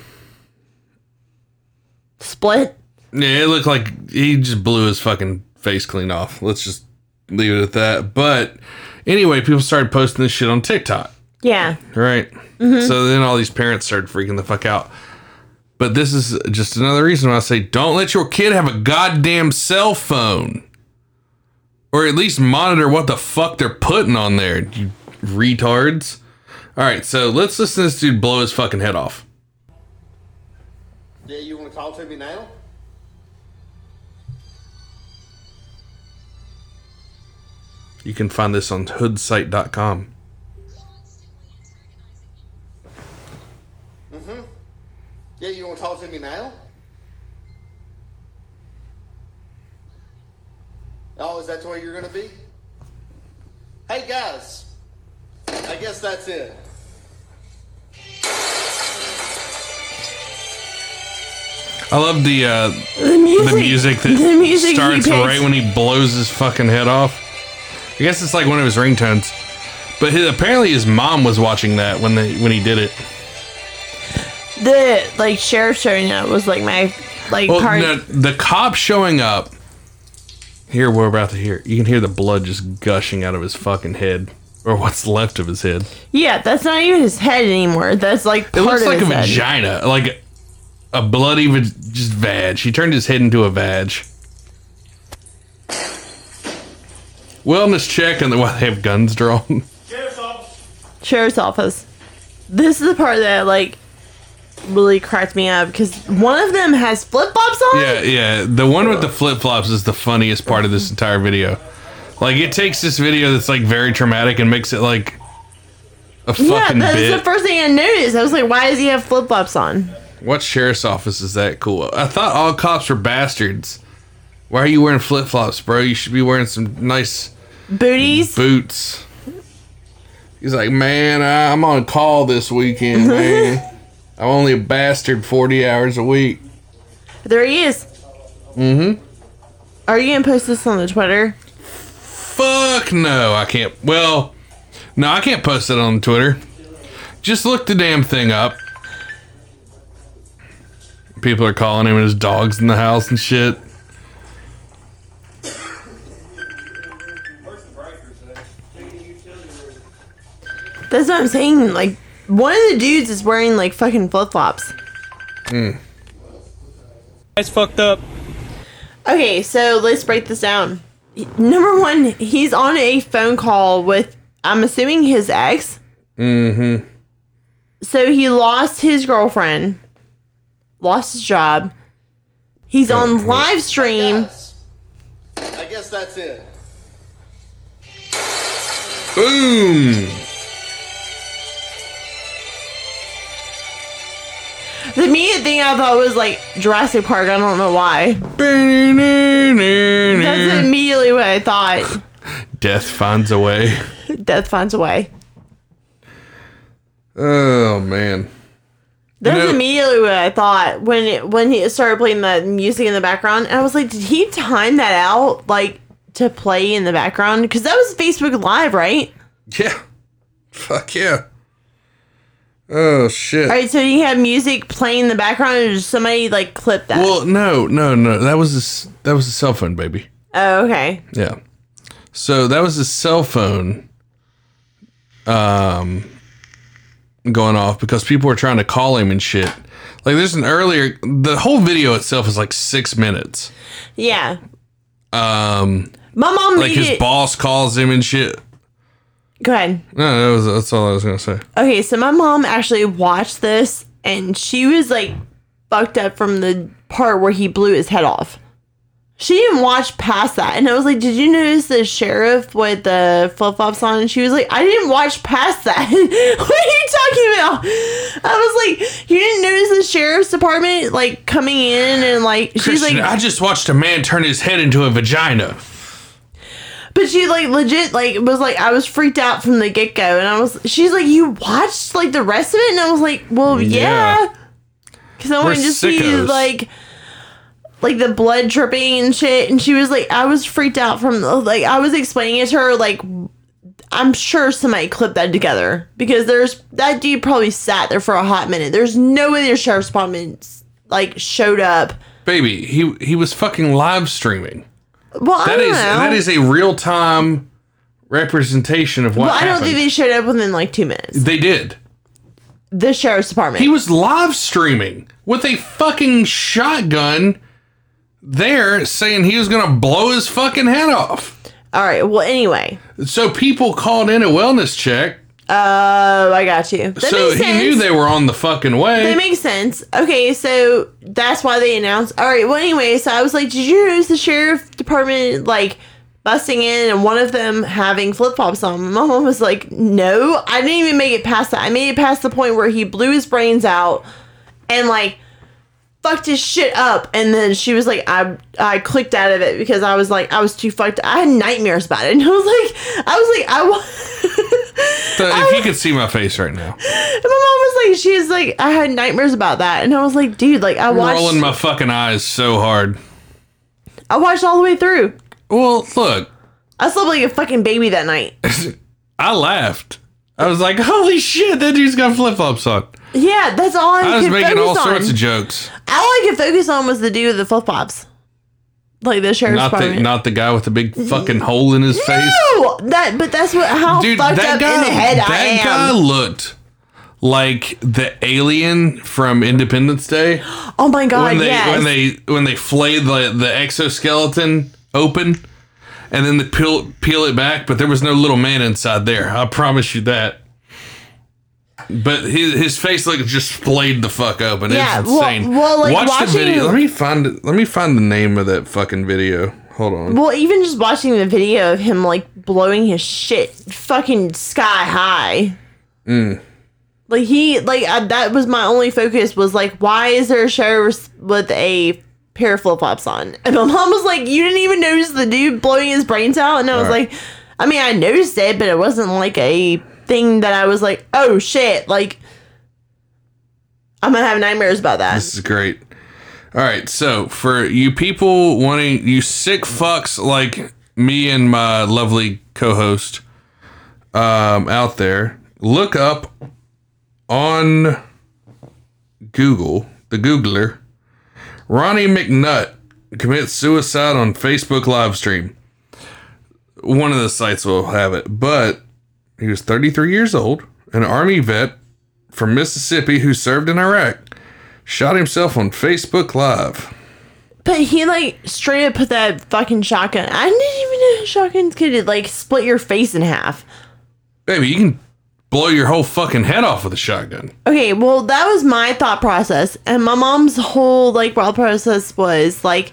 C: Split.
B: Yeah, it looked like he just blew his fucking face clean off. Let's just leave it at that. But anyway, people started posting this shit on TikTok.
C: Yeah.
B: Right. So then all these parents started freaking the fuck out. But this is just another reason why I say don't let your kid have a goddamn cell phone. Or at least monitor what the fuck they're putting on there, you retards. All right, so let's listen to this dude blow his fucking head off.
J: Yeah, you want to call to me now?
B: You can find this on hoodsite.com.
J: Mm-hmm. Yeah, you want to talk to me now? Oh, is that where you're going to be? Hey, guys. I guess that's it.
B: I love the uh, the
C: music,
B: that
C: the music he
B: starts
C: picks.
B: right when he blows his fucking head off. I guess it's like one of his ringtones. But his, apparently his mom was watching that when they when he did it.
C: The like sheriff showing up was like my like
B: Well,
C: part.
B: no, the cop showing up. Here we're about to hear. You can hear the blood just gushing out of his fucking head, or what's left of his head.
C: Yeah, that's not even his head anymore. That's like
B: It
C: part
B: looks
C: of
B: like a
C: his head.
B: vagina, like a bloody va- just vag. He turned his head into a vag. Wellness check and the why they have guns drawn.
C: sheriff's office. This is the part that like really cracked me up because one of them has flip flops on.
B: Yeah, yeah. The one with the flip flops is the funniest part of this entire video. Like it takes this video that's like very traumatic and makes it like a
C: Yeah,
B: fucking
C: that was
B: bit.
C: the first thing I noticed. I was like, why does he have flip flops on?
B: What sheriff's office is that cool? I thought all cops were bastards. Why are you wearing flip flops, bro? You should be wearing some nice
C: Booties.
B: boots. He's like, man, I- I'm on call this weekend, man. I'm only a bastard 40 hours a week.
C: There he is.
B: Mm-hmm.
C: Are you gonna post this on the Twitter?
B: Fuck no, I can't. Well, no, I can't post it on Twitter. Just look the damn thing up. People are calling him and his dog's in the house and shit.
C: That's what I'm saying. Like one of the dudes is wearing like fucking flip flops.
K: Hmm. That's fucked up.
C: Okay, so let's break this down. Number one, he's on a phone call with I'm assuming his ex.
B: Mm-hmm.
C: So he lost his girlfriend, lost his job. He's on live stream.
J: I guess that's it.
B: Boom!
C: The immediate thing I thought was like Jurassic Park. I don't know why.
K: Mm.
C: That's immediately what I thought.
B: Death finds a way.
C: Death finds a way.
B: Oh man.
C: That's
B: You know-
C: immediately what I thought when it, when he started playing the music in the background. And I was like, did he time that out like to play in the background? Because that was Facebook Live, right?
B: Yeah. Fuck yeah. Oh shit.
C: All right. So he had music playing in the background, and just somebody like clipped that.
B: Well, no, no, no. That was his, that was a cell phone, baby.
C: oh, okay.
B: Yeah. So that was his cell phone um going off because people were trying to call him and shit. Like there's an earlier the whole video itself is like 6 minutes.
C: Yeah.
B: Um
C: My mom
B: like Um,
C: made
B: his
C: it.
B: boss calls him and shit.
C: Go ahead.
B: No, that was that's all I was gonna say.
C: Okay, so my mom actually watched this and she was like fucked up from the part where he blew his head off. She didn't watch past that. And I was like, Did you notice the sheriff with the flip flops on? And she was like, I didn't watch past that. what are you talking about? I was like, You didn't notice the sheriff's department like coming in and like, she's
B: Christian,
C: like,
B: I just watched a man turn his head into a vagina.
C: But she like legit like was like I was freaked out from the get go, and I was she's like you watched like the rest of it, and I was like, well
B: Yeah.
C: yeah, because I
B: We're
C: wanted to see
B: sickos.
C: like like the blood dripping and shit, and she was like I was freaked out from the, like I was explaining it to her like I'm sure somebody clipped that together because there's that dude probably sat there for a hot minute. There's no way the sheriff's department like showed up.
B: Baby, he he was fucking live streaming.
C: Well, I
B: That
C: don't
B: is
C: know.
B: that is a real time representation of what
C: well, I
B: happened.
C: don't think they showed up within like two minutes.
B: they did.
C: The sheriff's department.
B: He was live streaming with a fucking shotgun there saying he was gonna blow his fucking head off.
C: All right. Well, anyway.
B: So people called in a wellness check.
C: Oh, I got you. That
B: so
C: makes
B: he
C: sense.
B: knew they were on the fucking way.
C: That makes sense. Okay, so that's why they announced. All right. Well, anyway, so I was like, did you notice the sheriff department like busting in and one of them having flip flops on? My mom was like, no, I didn't even make it past that. I made it past the point where he blew his brains out and like fucked his shit up. And then she was like, I I clicked out of it because I was like, I was too fucked. I had nightmares about it, and I was like, I was like, I. wa-
B: So if you could see my face right now,
C: And my mom was like, she's like, I had nightmares about that, and I was like, dude, like I
B: I'm rolling
C: watched,
B: my fucking eyes so hard.
C: I watched all the way through.
B: Well, look,
C: I slept like a fucking baby that night.
B: I laughed. I was like, "Holy shit, that dude's got flip flops on."
C: Yeah, that's all I,
B: I was
C: could
B: making
C: focus
B: all
C: on.
B: sorts of jokes.
C: all I could focus on was the dude with the flip flops, like the sheriff's
B: Not the
C: department.
B: not the guy with the big fucking hole in his face.
C: no, that but that's what how
B: Dude,
C: fucked
B: that
C: up
B: guy
C: in the head I
B: that
C: am.
B: guy looked like the alien from Independence Day
C: oh my god,
B: when they
C: yes.
B: when they when they flay the the exoskeleton open and then they peel peel it back, but there was no little man inside there. I promise you that. But his his face like just splayed the fuck open.
C: Yeah,
B: it's
C: well-
B: insane.
C: well, like,
B: Watch the
C: watching-
B: video. Let me find it. Let me find the name of that fucking video. Hold on.
C: well, even just watching the video of him like blowing his shit fucking sky high. Like he like I, that was my only focus was like why is there a sheriff with a pair of flip flops on? And my mom was like, you didn't even notice the dude blowing his brains out, and I was
B: Right.
C: like, I mean I noticed it, but it wasn't like a thing that I was like, oh shit, like I'm gonna have nightmares about that.
B: This is great. All right, so for you people wanting you sick fucks like me and my lovely co-host um, out there, look up on Google the Googler Ronnie McNutt commits suicide on Facebook live stream. One of the sites will have it, but he was 33 years old, an army vet from Mississippi who served in Iraq shot himself on Facebook Live.
C: But he like straight up put that fucking shotgun. I didn't even know shotguns could like split your face in half.
B: Baby, you can blow your whole fucking head off with a shotgun.
C: Okay, well that was my thought process, and my mom's whole like thought process was like,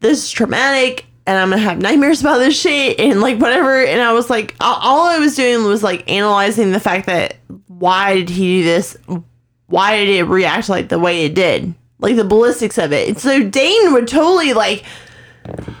C: this is traumatic, and I'm gonna have nightmares about this shit, and like whatever. And I was like, all, all I was doing was like analyzing the fact that why did he do this? Why did it react like the way it did? Like the ballistics of it. And so Dane would totally like.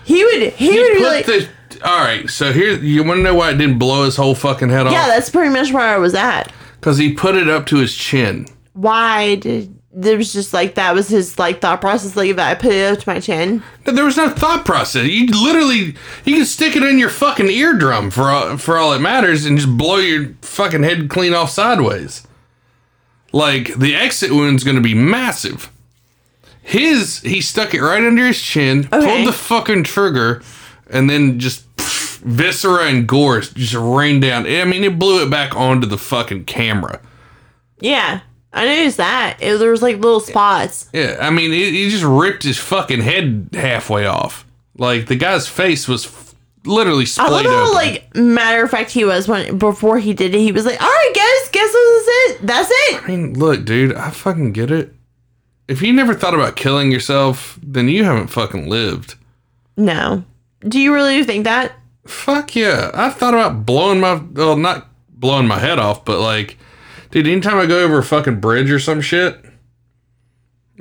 C: He would. He, would
B: Put
C: be like.
B: the all right, so here you want to know why it didn't blow his whole fucking head
C: Yeah,
B: off?
C: that's pretty much where I was at.
B: Because he put it up to his chin.
C: Why did there was just like that was his like thought process like if I put it up to my chin.
B: No, There was no thought process. You literally you can stick it in your fucking eardrum for all, for all it matters, and just blow your fucking head clean off sideways. Like the exit wound's going to be massive. His he stuck it right under his chin,
C: Okay.
B: pulled the fucking trigger, and then just pff, viscera and gore just rained down. I mean, it blew it back onto the fucking camera.
C: Yeah, I noticed that. It, there was like little spots.
B: Yeah, I mean, he, he just ripped his fucking head halfway off. Like the guy's face was f- literally
C: I
B: splayed
C: love how
B: open.
C: like matter of fact he was when before he did it. He was like, "All right, guys, guess this is it. That's it."
B: I mean, look, dude, I fucking get it. If you never thought about killing yourself, then you haven't fucking lived.
C: No, do you really think that?
B: Fuck yeah. I've thought about blowing my, well, not blowing my head off, but like, dude, anytime I go over a fucking bridge or some shit,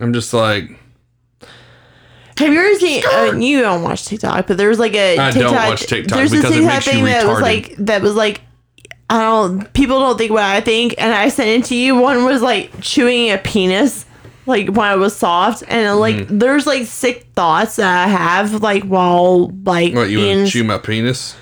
B: I'm just like,
C: Have you ever seen? Uh, you don't watch TikTok, but there was like a
B: I don't watch TikTok
C: There's
B: because it makes you
C: that was
B: retarded.
C: like that was like I don't. People don't think what I think, and I sent it to you. One was like chewing a penis, like when it was soft, and like
B: Mm-hmm.
C: there's like sick thoughts that I have like while like
B: what, you
C: in-
B: want to chew my penis?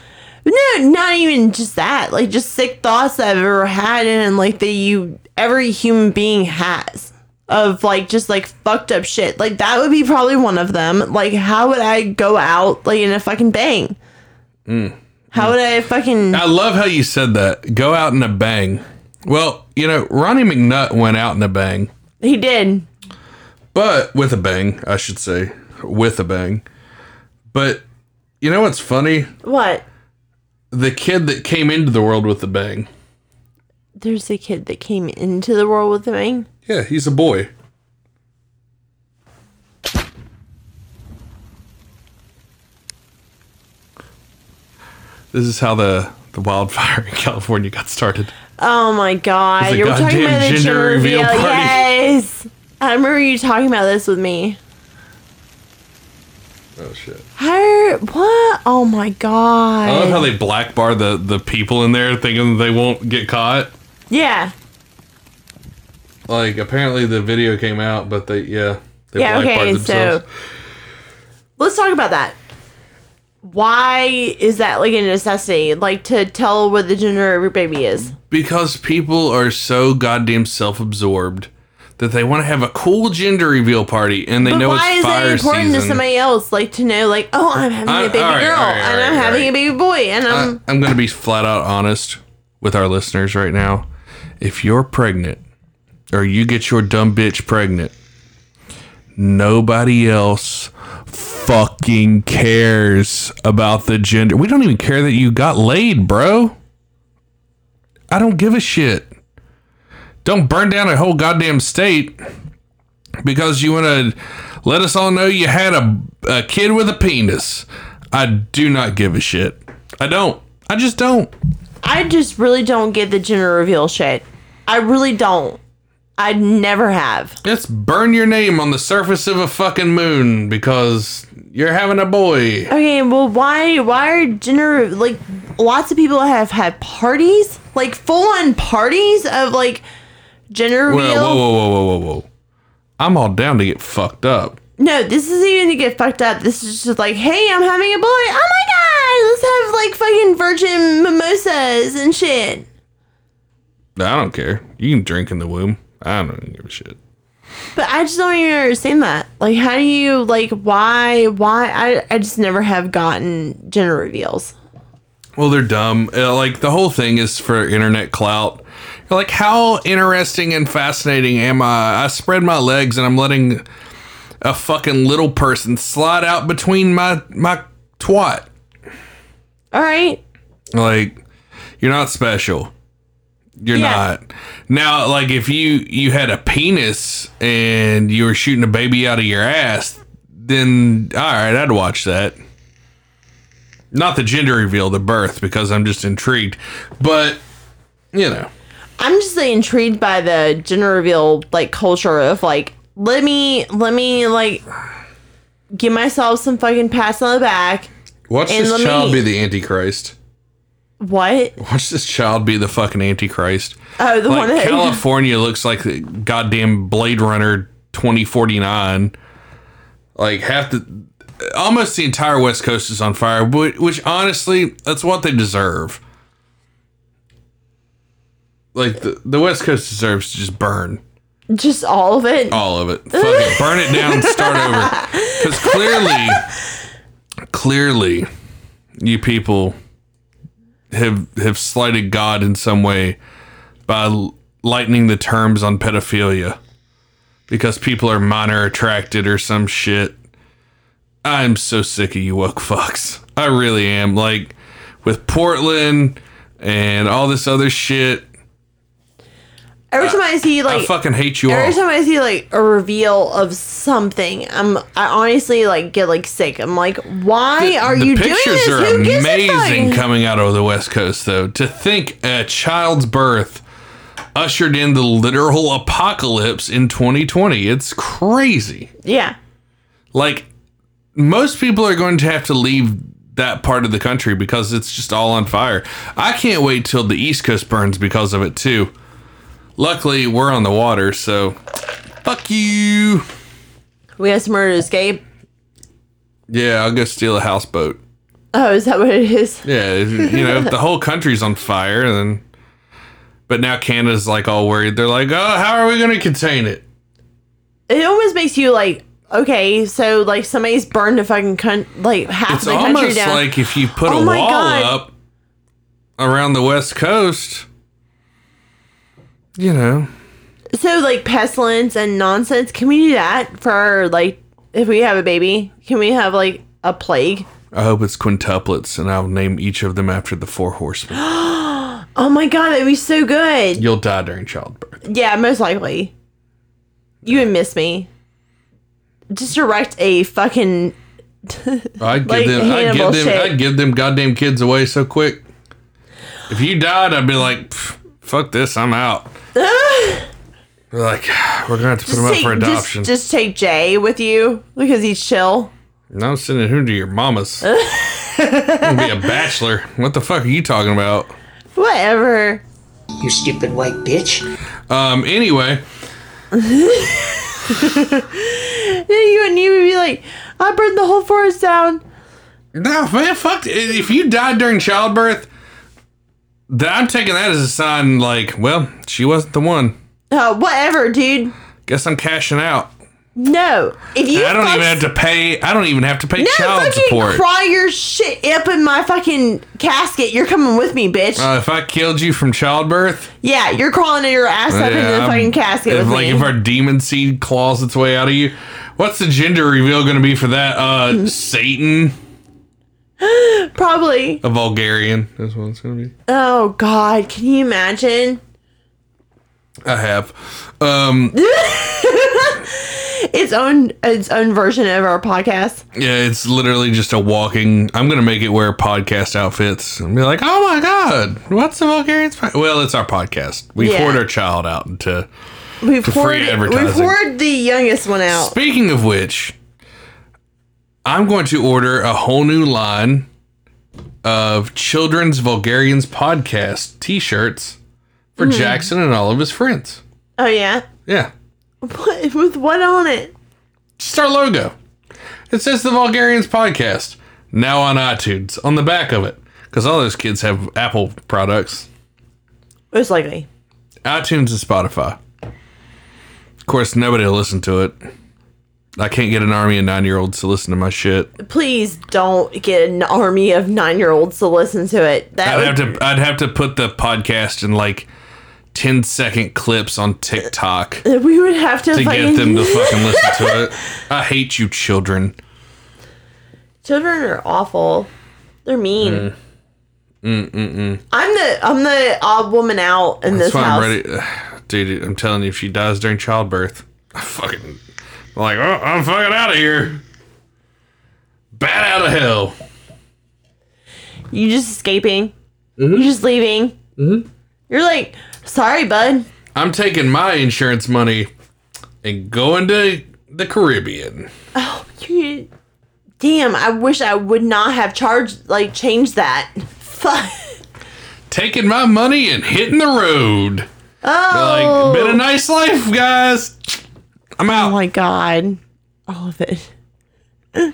C: No, not even just that. Like just sick thoughts that I've ever had, and like that you every human being has of like just like fucked up shit. Like that would be probably one of them. Like how would I go out like in a fucking bang?
B: Mm.
C: How would I fucking?
B: I love how you said that. Go out in a bang. Well, you know, Ronnie McNutt went out in a bang,
C: He did.
B: but with a bang, I should say, with a bang. But you know what's funny?
C: What?
B: The kid that came into the world with a bang.
C: There's a kid that came into the world with a bang.
B: Yeah, he's a boy. This is how the the wildfire in California got started.
C: Oh my god!
B: It's a
C: You were talking
B: goddamn
C: about the
B: gender
C: gender
B: reveal
C: reveal.
B: party.
C: Yes, I remember you talking about this with me.
B: Oh shit!
C: How? What? Oh my god!
B: I love how they black bar the the people in there, thinking they won't get caught.
C: yeah.
B: Like apparently the video came out, but they yeah they
C: yeah, okay, so let's talk about that. Why is that like a necessity? Like to tell what the gender of your baby is?
B: because people are so goddamn self-absorbed that they want to have a cool gender reveal party and they
C: But
B: know
C: why
B: it's
C: is that
B: fire
C: important
B: season.
C: to somebody else? Like to know, like, oh, I'm having
B: I-
C: a baby
B: all right,
C: girl,
B: all right,
C: and
B: all
C: I'm
B: right,
C: having
B: all
C: a baby boy, and I'm
B: I, am going to be flat out honest with our listeners right now. If you're pregnant or you get your dumb bitch pregnant, nobody else fucking cares about the gender. We don't even care that you got laid, bro. I don't give a shit. Don't burn down a whole goddamn state because you want to let us all know you had a, a kid with a penis. I do not give a shit. I don't. I just don't.
C: I just really don't get the gender reveal shit. I really don't. I never have.
B: Let's burn your name on the surface of a fucking moon because you're having a boy.
C: Okay, well, why why are gender like lots of people have had parties, like full on parties of like gender
B: Well,
C: reveal?
B: whoa, whoa, whoa, whoa, whoa, whoa. I'm all down to get fucked up.
C: No, this isn't even to get fucked up. This is just like, hey, I'm having a boy. Oh my god, let's have like fucking virgin mimosas and shit.
B: I don't care. You can drink in the womb. I don't give a shit.
C: But I just don't even understand that. Like, how do you like why why I I just never have gotten gender reveals.
B: Well, they're dumb. Uh, like the whole thing is for internet clout. You're like, how interesting and fascinating am I? I spread my legs and I'm letting a fucking little person slide out between my my twat.
C: All right,
B: Like, you're not special. You're
C: Yeah.
B: not. Now, like if you you had a penis and you were shooting a baby out of your ass, then all right, I'd watch that. Not the gender reveal, the birth, because I'm just intrigued. But you know,
C: I'm just like, intrigued by the gender reveal like culture of like let me let me like give myself some fucking pats on the back.
B: watch
C: And
B: this
C: let
B: child
C: me-
B: be the antichrist.
C: What?
B: Watch this child be the fucking antichrist.
C: Oh, the
B: like
C: one that
B: California looks like the goddamn Blade Runner 2049. Like half the almost the entire West Coast is on fire, which, which honestly, that's what they deserve. Like the, the West Coast deserves to just burn
C: just all of it.
B: all of it. Fuck it. Burn it down, start over. Because clearly, clearly, you people have have slighted God in some way by l- lightening the terms on pedophilia because people are minor attracted or some shit. I I'm so sick of you woke fucks. I really am. Like with Portland and all this other shit.
C: Every time I see like
B: I fucking hate you all.
C: Every time I see like a reveal of something, I'm I honestly like get like sick. I'm like, why are
B: the
C: you doing
B: pictures
C: this?
B: are
C: Who gives
B: amazing
C: a fuck?
B: coming out of the West Coast, though. To think a child's birth ushered in the literal apocalypse in 2020. It's crazy.
C: Yeah,
B: Like, most people are going to have to leave that part of the country because it's just all on fire. I can't wait till the East Coast burns because of it, too. Luckily, we're on the water, so fuck you.
C: we have somewhere to escape.
B: Yeah, I'll go steal a houseboat.
C: Oh, is that what it is?
B: Yeah, if- you know, if the whole country's on fire, then. But now Canada's like all worried. They're like, oh, how are we going to contain it?
C: It almost makes you like, okay, so like somebody's burned a fucking con- like half
B: It's
C: the country
B: almost
C: down.
B: like if you put
C: Oh
B: a
C: my
B: wall
C: God.
B: up around the West Coast, you know.
C: so like pestilence and nonsense. Can we do that for like if we have a baby? Can we have like a plague?
B: I hope it's quintuplets, and I'll name each of them after the four horsemen.
C: Oh my god, that'd be so good.
B: You'll die during childbirth.
C: Yeah, most likely. You would miss me. Just direct a fucking
B: I'd give
C: Like
B: them, I'd
C: Hannibal
B: give them,
C: shit.
B: I'd give them goddamn kids away so quick. If you died, I'd be like, "Pff, fuck this, I'm out. They're like, we're gonna have to put
C: just
B: them up
C: take,
B: for
C: just,
B: adoption.
C: just take Jay with you because he's chill.
B: No, I'm sending him to your mama's. You're gonna be a bachelor. What the fuck are you talking about?
C: Whatever.
D: You stupid white bitch.
B: Um. Anyway,
C: Then you and you would be like, I burned the whole forest down.
B: no man, fuck. If you died during childbirth, then I'm taking that as a sign. Like, well, she wasn't the one.
C: Uh, whatever, dude.
B: Guess I'm cashing out.
C: No. If you
B: I don't
C: fucks-
B: even have to pay. I don't even have to pay
C: No,
B: child
C: fucking
B: support.
C: cry your shit up in my fucking casket. You're coming with me, bitch.
B: Uh, if I killed you from childbirth,
C: yeah, you're crawling your ass up into the
B: I'm-
C: fucking casket
B: If,
C: with
B: like
C: me.
B: if our demon seed claws its way out of you, what's the gender reveal going to be for that? Uh, Satan,
C: Probably.
B: a Vulgarian. That's what it's going to be.
C: Oh God, can you imagine?
B: I have. Um,
C: Its own its own version of our podcast.
B: yeah, it's literally just a walking. I'm gonna make it wear podcast outfits and be like, "Oh my god, what's the Vulgarians?" po-" Well, it's our podcast. We
C: Yeah.
B: poured our child out into.
C: We've
B: For free
C: poured we've
B: advertising.
C: poured the youngest one out.
B: Speaking of which, I'm going to order a whole new line of children's Vulgarians podcast T-shirts for Jackson and all of his friends.
C: Oh yeah,
B: Yeah,
C: what, with what on it?
B: Just our logo. It says the Vulgarians Podcast, now on iTunes, on the back of it. Because all those kids have Apple products,
C: Most likely.
B: iTunes and Spotify. Of course, nobody will listen to it. I can't get an army of nine year olds to listen to my shit.
C: Please don't get an army of nine year olds to listen to it. That
B: I'd
C: would,
B: have to I'd have to put the podcast in like 10 second clips on TikTok to
C: we would have to,
B: get
C: fucking
B: them to fucking listen to it. I hate you children.
C: children are awful. They're mean. Mm. Mm, mm, I'm the I'm the odd woman out in
B: That's
C: this
B: why
C: house.
B: I'm ready. Ugh, Dude, I'm telling you, if she dies during childbirth, I fucking I'm like, oh, I'm fucking out of here. Bat out of hell.
C: You just escaping.
B: Mm-hmm.
C: You're just leaving. You're like, sorry, bud.
B: I'm taking my insurance money and going to the Caribbean.
C: You- Damn, I wish I would not have charged like changed that. Fuck.
B: Taking my money and hitting the road.
C: Oh,
B: Like, been a nice life, guys. I'm
C: oh
B: out.
C: my god, all of it,
B: I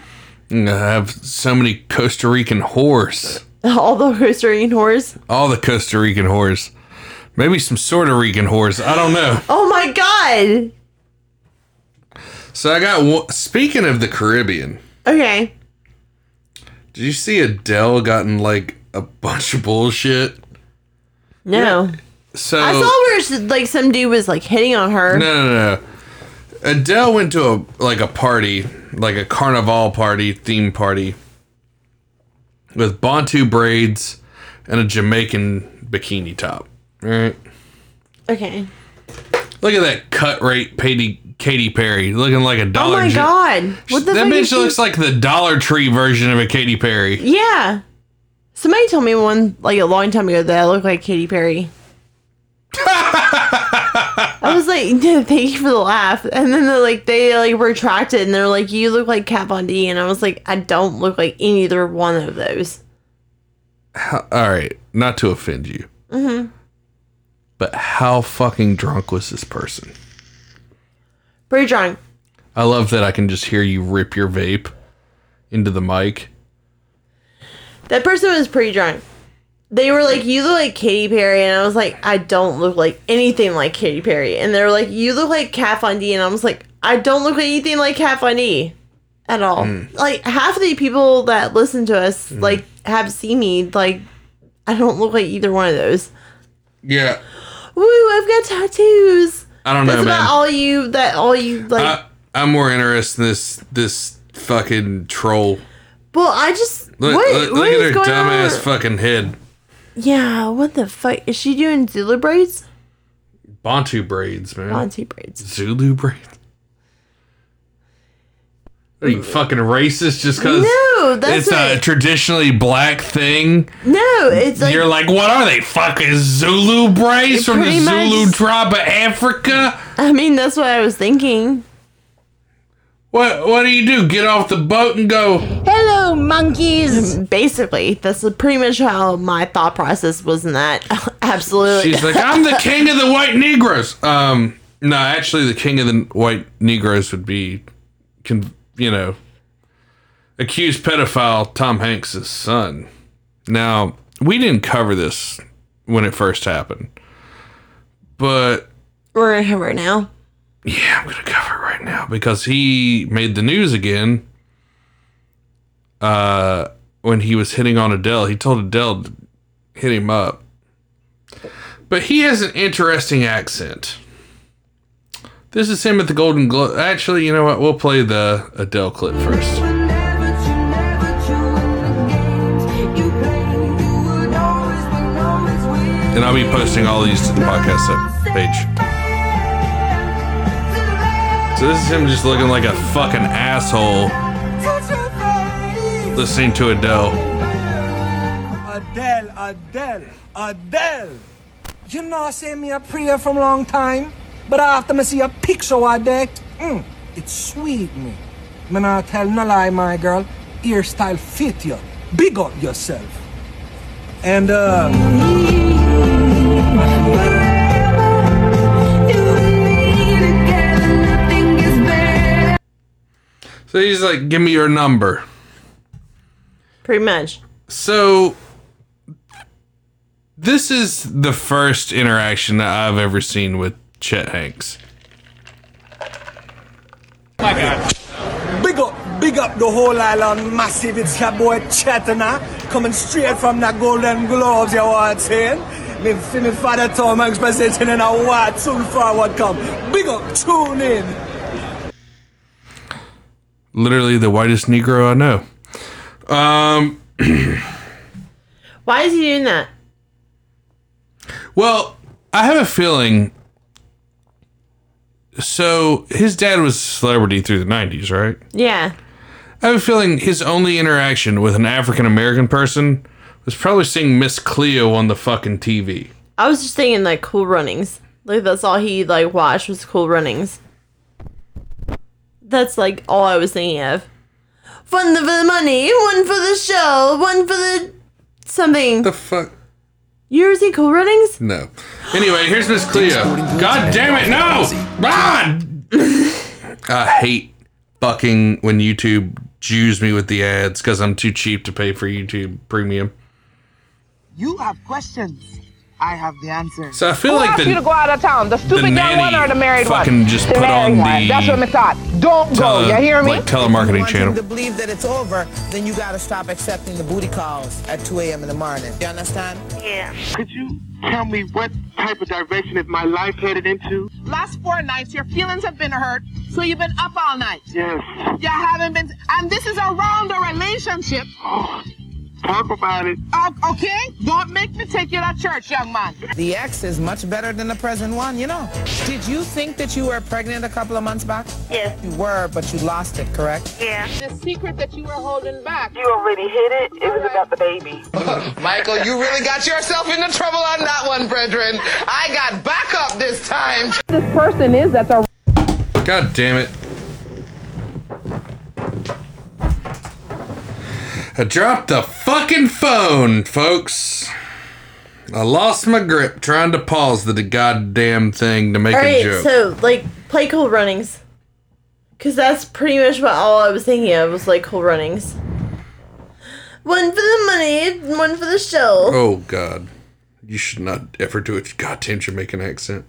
B: have so many Costa Rican whores.
C: all the Costa Rican whores.
B: All the Costa Rican whores. Maybe some sort of Rican whores. I don't know.
C: Oh my god.
B: So I got. One, speaking of the Caribbean,
C: Okay,
B: did you see Adele gotten like a bunch of bullshit?
C: no,
B: So Oh.
C: I saw where she, like some dude was like hitting on her.
B: no, no, no. Adele went to a like a party, like a carnival party, theme party, with Bantu braids and a Jamaican bikini top. All right.
C: Okay.
B: Look at that cut rate Katy, Katy Perry looking like a
C: Oh
B: dollar.
C: my
B: Gen-
C: god. What the
B: that
C: fuck is
B: bitch
C: she-
B: looks like the Dollar Tree version of a Katy Perry.
C: Yeah. Somebody told me one like a long time ago that I look like Katy Perry. I was like, "No, thank you for the laugh. And then they like they like retracted and they're like, you look like Kat Von D. And I was like, I don't look like either one of those.
B: Uh, All right, not to offend you,
C: hmm
B: but how fucking drunk was this person?
C: Pretty drunk.
B: I love that I can just hear you rip your vape into the mic.
C: That person was pretty drunk. They were like, you look like Katy Perry. And I was like, I don't look like anything like Katy Perry. And they were like, you look like Kat Von D. And I was like, I don't look like anything like Kat Von D at all.
B: Mm.
C: Like, half of the people that listen to us,
B: Mm.
C: like, have seen me. Like, I don't look like either one of those.
B: Yeah,
C: Woo, I've got tattoos.
B: I don't
C: That's
B: know,
C: about
B: man. Uh,
C: all you, that all you, like,
B: I, I'm more interested in this this fucking troll.
C: well, I just,
B: Look,
C: what,
B: look,
C: what
B: look at
C: is
B: her
C: going on?
B: dumbass fucking head.
C: yeah, what the fuck? Is she doing Zulu braids?
B: Bantu braids, man.
C: Bantu braids.
B: Zulu braids. Are you fucking racist just because
C: No, that's
B: it's uh, a
C: it.
B: traditionally black thing?
C: No, it's like
B: You're like, what are they? Fucking Zulu braids from the
C: Pretty much-
B: Zulu tribe of Africa?
C: I mean, that's what I was thinking.
B: What what do you do? Get off the boat and go
C: Hello, monkeys. Basically, that's pretty much how my thought process was in that. Absolutely.
B: She's like, I'm the king of the white Negroes. Um no, actually the king of the white Negroes would be con- you know accused pedophile Tom Hanks' son. Now, we didn't cover this when it first happened. But
C: We're gonna cover it now.
B: Yeah, I'm gonna cover it right now because he made the news again. Uh, when he was hitting on Adele, he told Adele to hit him up. But he has an interesting accent. This is him at the Golden Globe. Actually, you know what? We'll play the Adele clip first. And I'll be posting all these to the podcast uh, page. So this is him just looking like a fucking asshole listening to Adele.
K: Adele, Adele, Adele. You know I send me a prayer from long time, but after me see a picture one day, mm, it sweet me. Me not tell no lie, my girl. Hairstyle fit you. Big up yourself. And uh.
B: So he's like, give me your number.
C: Pretty much.
B: So this is the first interaction that I've ever seen with Chet Hanks.
K: Big up, big up the whole island massive. It's your boy Chetana coming straight from the Golden Globes, you know what I'm saying? Me, fi- me father Tom Hanks presenting in a wide soon forward come. Big up, tune in.
B: Literally the whitest Negro I know. Um,
C: Why is he doing that?
B: well, I have a feeling. So his dad was a celebrity through the 90s, right?
C: Yeah.
B: I have a feeling his only interaction with an African American person was probably seeing Miss Cleo on the fucking TV.
C: I was just thinking like Cool Runnings. Like that's all he like watched was Cool Runnings. That's like all I was thinking of. One for the money, one for the show, one for the something. The
B: fuck.
C: You ever seen Cool Runnings?
B: No. Anyway, here's Miss Cleo. God damn it, no! Run! I hate fucking when YouTube jews me with the ads because I'm too cheap to pay for YouTube premium.
L: You have questions.
M: I have the answer.
B: So I feel
M: Who
B: like
M: asked
B: the-
M: you to go out of town? The
B: the
M: stupid young
B: nanny
M: one or the married one?
B: fucking just
M: the
B: put
M: married
B: on
M: one.
B: the
M: That's what I thought. Don't go.
B: tele-
M: You hear me?
B: like telemarketing
N: to
B: channel.
N: believe that it's over, then you gotta stop accepting the booty calls at 2 a.m. in the morning. You understand? Yeah.
M: Could you?
N: Tell me what type of direction is my life headed into?
M: Last four nights, your feelings have been hurt, so you've been up all night. Yes. You haven't been, and this is around a relationship.
N: Talk about it.
M: Uh, okay? Don't make me take you to church, young man.
N: The ex is much better than the present one, you know. Did you think that you were pregnant a couple of months back? Yes. You were, but you lost it, correct?
M: Yeah. The secret that you were holding back.
N: You already hid it. It was about the baby.
M: Michael, you really got yourself into trouble on that one, brethren. I got backup this time. This person is that's a
B: God damn it. I dropped the fucking phone, folks. I lost my grip trying to pause the goddamn thing to make
C: all
B: a
C: right,
B: joke.
C: so like play Cool Runnings, because that's pretty much what all I was thinking of was like Cool Runnings. One for the money, one for the show.
B: oh god. You should not ever do a goddamn Jamaican accent.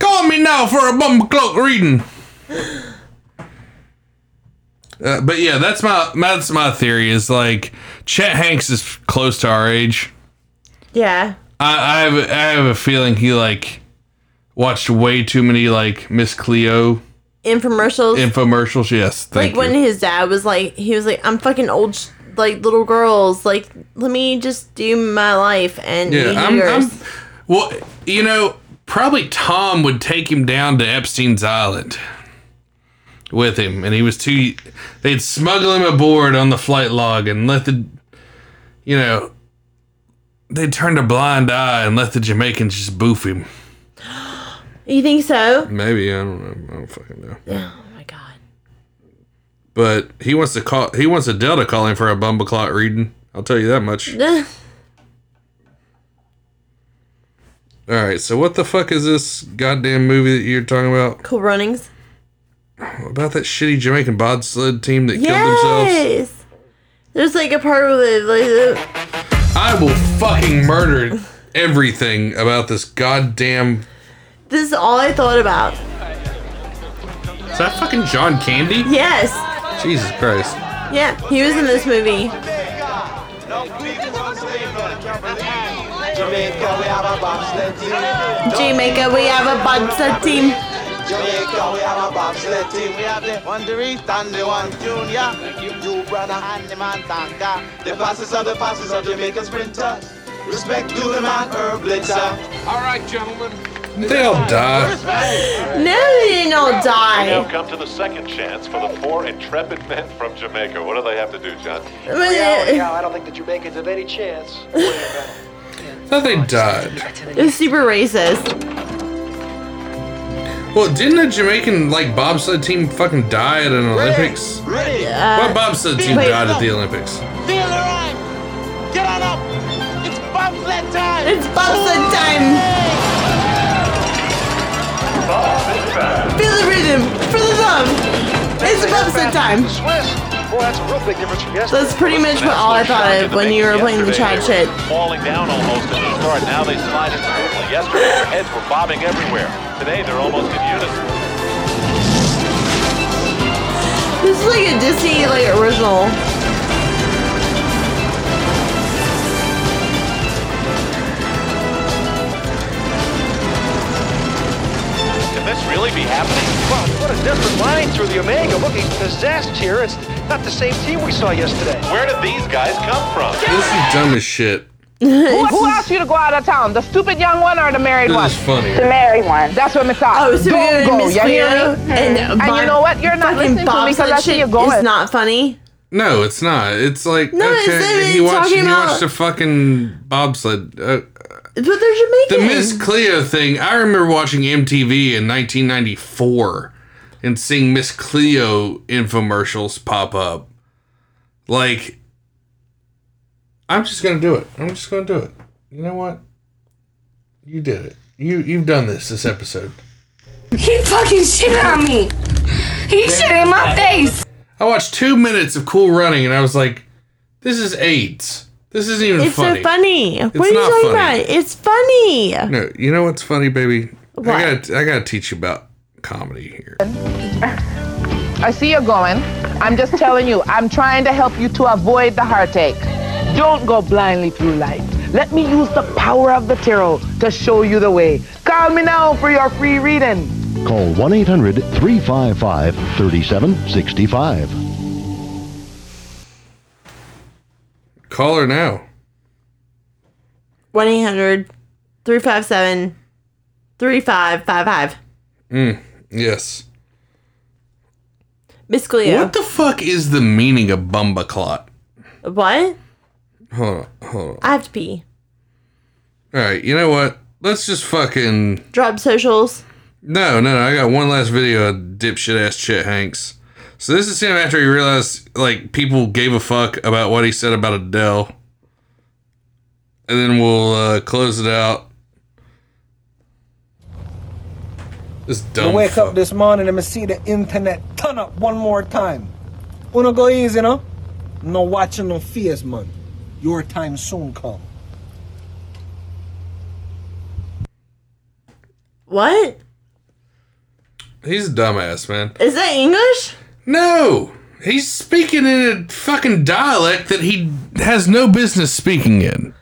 B: Call me now for a bum cloak reading. Uh, but yeah, that's my that's my theory is like Chet Hanks is close to our age.
C: Yeah.
B: I, I have I have a feeling he like watched way too many like Miss Cleo
C: Infomercials.
B: infomercials. Yes,
C: like
B: thank
C: when
B: you.
C: his dad was like, he was like, "I'm fucking old, sh- like little girls. Like, let me just do my life and
B: yeah,
C: be
B: I'm, I'm.
C: yours."
B: Well, you know, probably Tom would take him down to Epstein's Island with him, and he was too. They'd smuggle him aboard on the flight log and let the, you know, they turned a blind eye and let the Jamaicans just boof him.
C: You think so?
B: Maybe I don't know. I don't fucking know. Oh my god! But he wants to call. He wants Adele to call him for a bumble clot reading. I'll tell you that much.
C: Ugh.
B: All right. So what the fuck is this goddamn movie that you're talking about?
C: cool Runnings.
B: About that shitty Jamaican bobsled team that killed themselves?
C: Yes. There's like a part where they like. uh, the-
B: I will fucking murder everything about this goddamn.
C: This is all I thought about.
B: Is that fucking John Candy?
C: Yes.
B: Jesus Christ.
C: Yeah, he was in this movie. Jamaica, we have a bobsled team.
O: Jamaica, we have a bobsled team. We have the one the Reed and the one junior. You brother and the man Tanka. The passes of the passes of Jamaican sprinter. Respect to the man Herb Blitzer. All right, gentlemen.
B: They'll die.
C: No, they didn't all
F: We now
C: die.
F: come to the second chance for the four intrepid men from Jamaica. What do they have to do, John?
O: I don't think the Jamaicans have any chance.
B: thought they died.
C: It was super racist.
B: Well, didn't a Jamaican like bobsled team fucking die at an Olympics?
C: Uh,
B: what bobsled team
C: wait.
B: died at the Olympics?
O: Feel the rhyme. Get on up. It's bobsled time.
C: It's bobsled time. Feel the rhythm, feel the thumb. It's bobsled time. That's pretty much what all I thought of when you were playing the Chad shit.
F: Falling down almost in the start. Now they slide into movement. Yesterday, their heads were bobbing everywhere. Today, they're almost in unison.
C: This is like a Disney like original.
F: Can this really be happening?
O: Wow, what a different line through the Omega. Looking possessed here. It's not the same team we saw yesterday.
F: Where did these guys come from?
B: This is dumb as shit.
M: who, who asked you to go out of town? The stupid young one or the married
B: This
M: one?
B: is funny.
M: The married one. That's what I thought.
C: Oh, so
M: Don't
C: we
M: go.
C: Miss
M: You hear
C: Cleo
M: me? And,
C: Bob-
M: you know what? You're not
C: fucking
M: listening to me because
C: bobsled
M: I see
C: shit
M: you going.
C: It's not funny.
B: No, it's not. It's like
C: No, it's them
B: okay, he watched
C: talking
B: he
C: about-
B: watched a fucking bobsled. Uh,
C: But they're
B: the
C: Jamaican.
B: Miss Cleo thing. I remember watching MTV in 1994 and seeing Miss Cleo infomercials pop up. Like, I'm just gonna do it. I'm just gonna do it. You know what? You did it. You you've done this this episode.
E: He fucking shit on me. He shit in my face.
B: I watched two minutes of Cool Running and I was like, this is AIDS. This isn't even
C: it's
B: funny.
C: so funny.
B: It's
C: what are you
B: not
C: talking
B: funny.
C: about? It's funny.
B: No, you know what's funny, baby?
C: What?
B: I got I got to teach you about comedy here.
P: I see you're going.
L: I'm just telling you, I'm trying to help you to avoid the heartache. Don't go blindly through life. Let me use the power of the tarot to show you the way. Call me now for your free reading.
Q: Call 1 800 355 3765.
B: Call her now.
C: 1 800 357 3555.
B: Mm, yes.
C: Miss Cleo.
B: What the fuck is the meaning of bumba clot?
C: What?
B: Hold on, hold on.
C: I have to pee.
B: All right, you know what? Let's just fucking
C: Drop socials.
B: No, no, no. I got one last video of dipshit ass Chet Hanks. So this is him after he realized like people gave a fuck about what he said about Adele. And then we'll uh, close it out. This
K: I
B: dumb.
K: wake
B: fuck.
K: up this morning and I see the internet turn up one more time. Wanna go easy, no? No watching no fears, man. Your time soon come.
C: What?
B: He's a dumbass, man.
C: Is that English?
B: No, he's speaking in a fucking dialect that he has no business speaking in.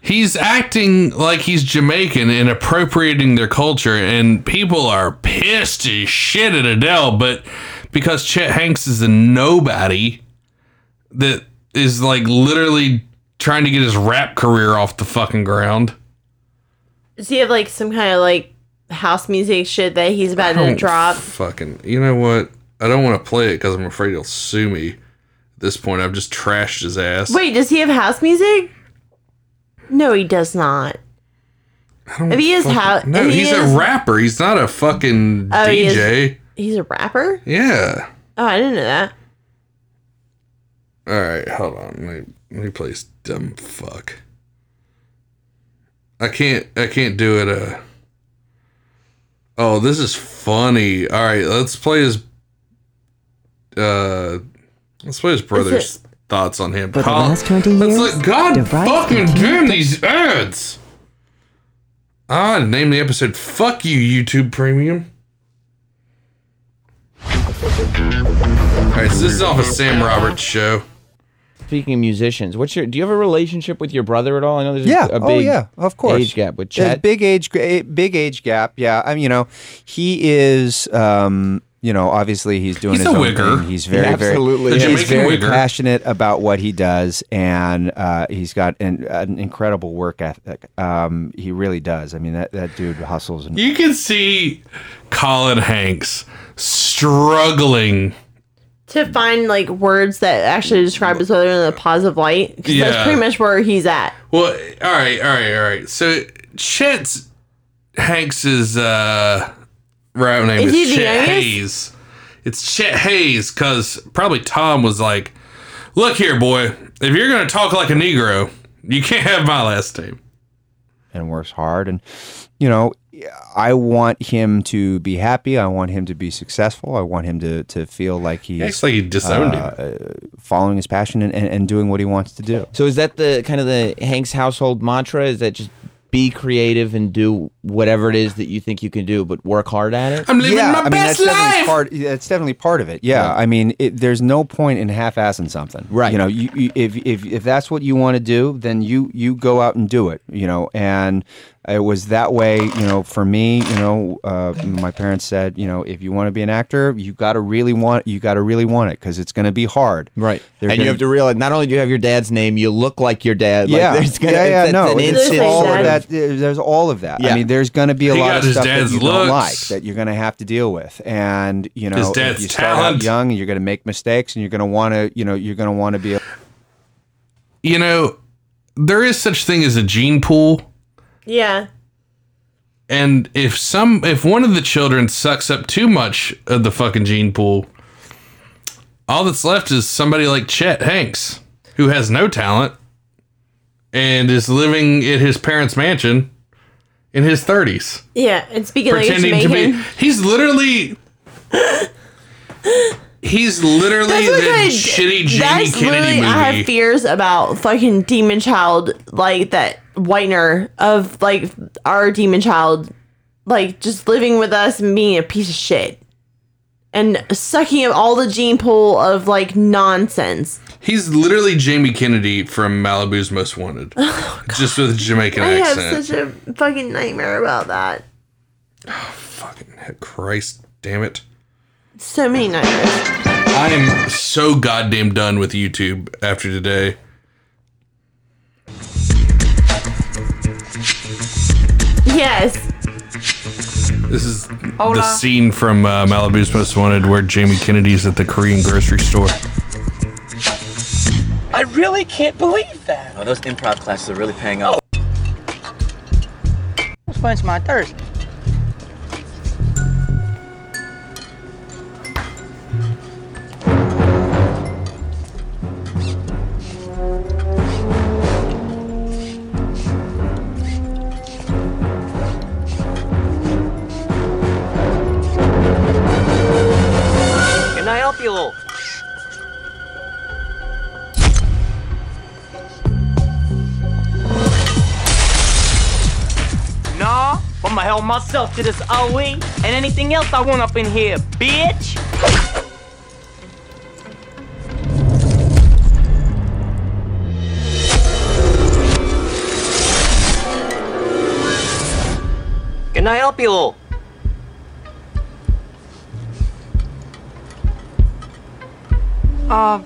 B: He's acting like he's Jamaican and appropriating their culture, and people are pissed as shit at Adele. But because Chet Hanks is a nobody that is like literally trying to get his rap career off the fucking ground,
C: Does he have like some kind of like house music shit that he's about
B: I
C: to
B: don't
C: drop?
B: Oh, Fucking, you know what? I don't want to play it because I'm afraid he'll sue me. At this point, I've just trashed his ass.
C: Wait, does he have house music? No, he does not. If he is
B: Fucking-
C: house,
B: No, he's a rapper. He's not a fucking
C: Oh, he is-
B: DJ.
C: He's a rapper.
B: Yeah.
C: Oh, I didn't know that.
B: All right, hold on. Let me, let me play this dumb fuck. I can't. I can't do it. Uh. Oh, this is funny. All right, let's play his. Uh, let's play his brother's thoughts on him.
R: For the
B: Col-
R: last 20 years,
B: Let's let God
R: Device
B: fucking
R: continued
B: damn
R: to-
B: these ads. Ah, name the episode. Fuck you, YouTube Premium. All right, so this is off a Sam Roberts show.
N: Speaking of musicians, what's your? Do you have a relationship with your brother at all? I know there's
M: yeah.
N: a, a big
M: oh, yeah. Of course.
N: age gap with
M: There's
N: Chet.
M: Big age, gra- eh, big age gap. Yeah. I mean, you know, he is. Um, you know, obviously he's doing
N: He's
M: his
N: a
M: own
N: wigger.
M: thing. He's very,
N: He
M: very,
N: absolutely is.
M: he's
N: The Jamaican
M: very
N: wigger.
M: passionate about what he does, and uh, he's got an, an incredible work ethic. Um, he really does. I mean, that, that dude hustles and
B: You can see Colin Hanks struggling.
C: To find like words that actually describe his brother in a positive light, because
B: Yeah.
C: that's pretty much where he's at.
B: Well, all right, all right, all right. So Chet's Hanks's uh rap name is,
C: Is he the
B: Chet
C: youngest?
B: Hayes. It's Chet Hayes because probably Tom was like, "Look here, boy. If you're gonna talk like a Negro, you can't have my last name."
M: and works hard. And, you know, I want him to be happy. I want him to be successful. I want him to, to feel like he's
B: It's like he disowned him.
M: uh, following his passion and, and, and doing what he wants to do.
N: So is that the kind of the Hanks household mantra? Is that just be creative and do whatever it is that you think you can do, but work hard at it?
M: yeah, I mean, that's Definitely part, that's definitely part of it. Yeah, I mean, it, there's no point in half-assing something. Right. You know, you, you, if, if if that's what you want to do, then you you go out and do it. You know, and it was that way. You know, for me, you know, uh, my parents said, you know, if you want to be an actor, you got to really want you got to really want it because it's going to be hard.
N: Right.
M: They're
N: and you
M: gonna-
N: have to realize not only do you have your dad's name, you look like your dad.
M: yeah,
N: like there's gonna,
M: yeah, yeah,
N: it's-
M: no,
N: it's an
M: it's
N: instant
M: all
N: sort
M: of
N: of-
M: that. There's all of that.
N: Yeah.
M: I mean, there's going to be a
N: He
M: lot
N: got
M: of
N: his
M: stuff that
N: dad's
M: you don't
N: looks.
M: like that you're going to have to deal with, and you know,
N: His
M: if
N: dad's
M: you start
N: talent.
M: out young, you're going to make mistakes, and you're going to want to, you know, you're going to want to be. A-
B: You know, there is such thing as a gene pool.
C: Yeah.
B: and if some if one of the children sucks up too much of the fucking gene pool all that's left is somebody like chet hanks who has no talent and is living in his parents mansion in his 30s
C: Yeah, and speaking like a Jamaican,
B: he's literally He's literally
C: That's
B: the
C: what kinda-
B: shitty Jamie
C: that's
B: Kennedy
C: literally-
B: movie.
C: I have fears about fucking Demon Child, like that Whitener of like our Demon Child, like just living with us and being a piece of shit and sucking up all the gene pool of like nonsense.
B: He's literally Jamie Kennedy from Malibu's Most Wanted, just with a Jamaican
C: Oh, I
B: accent.
C: have such a fucking nightmare about that.
B: Christ, damn it!
C: So many nightmares.
B: I am so goddamn done with YouTube after today.
C: Yes.
B: This is
C: Hola.
B: the scene from uh, Malibu's Most Wanted where Jamie Kennedy's at the Korean grocery store.
R: I really can't believe that. Oh, those improv classes are really paying off.
L: Let's quench my thirst.
R: Can I help you, Lil? Nah, I'ma help myself to this OE and anything else I want up in here, bitch. Can I help you, Lil? Uh,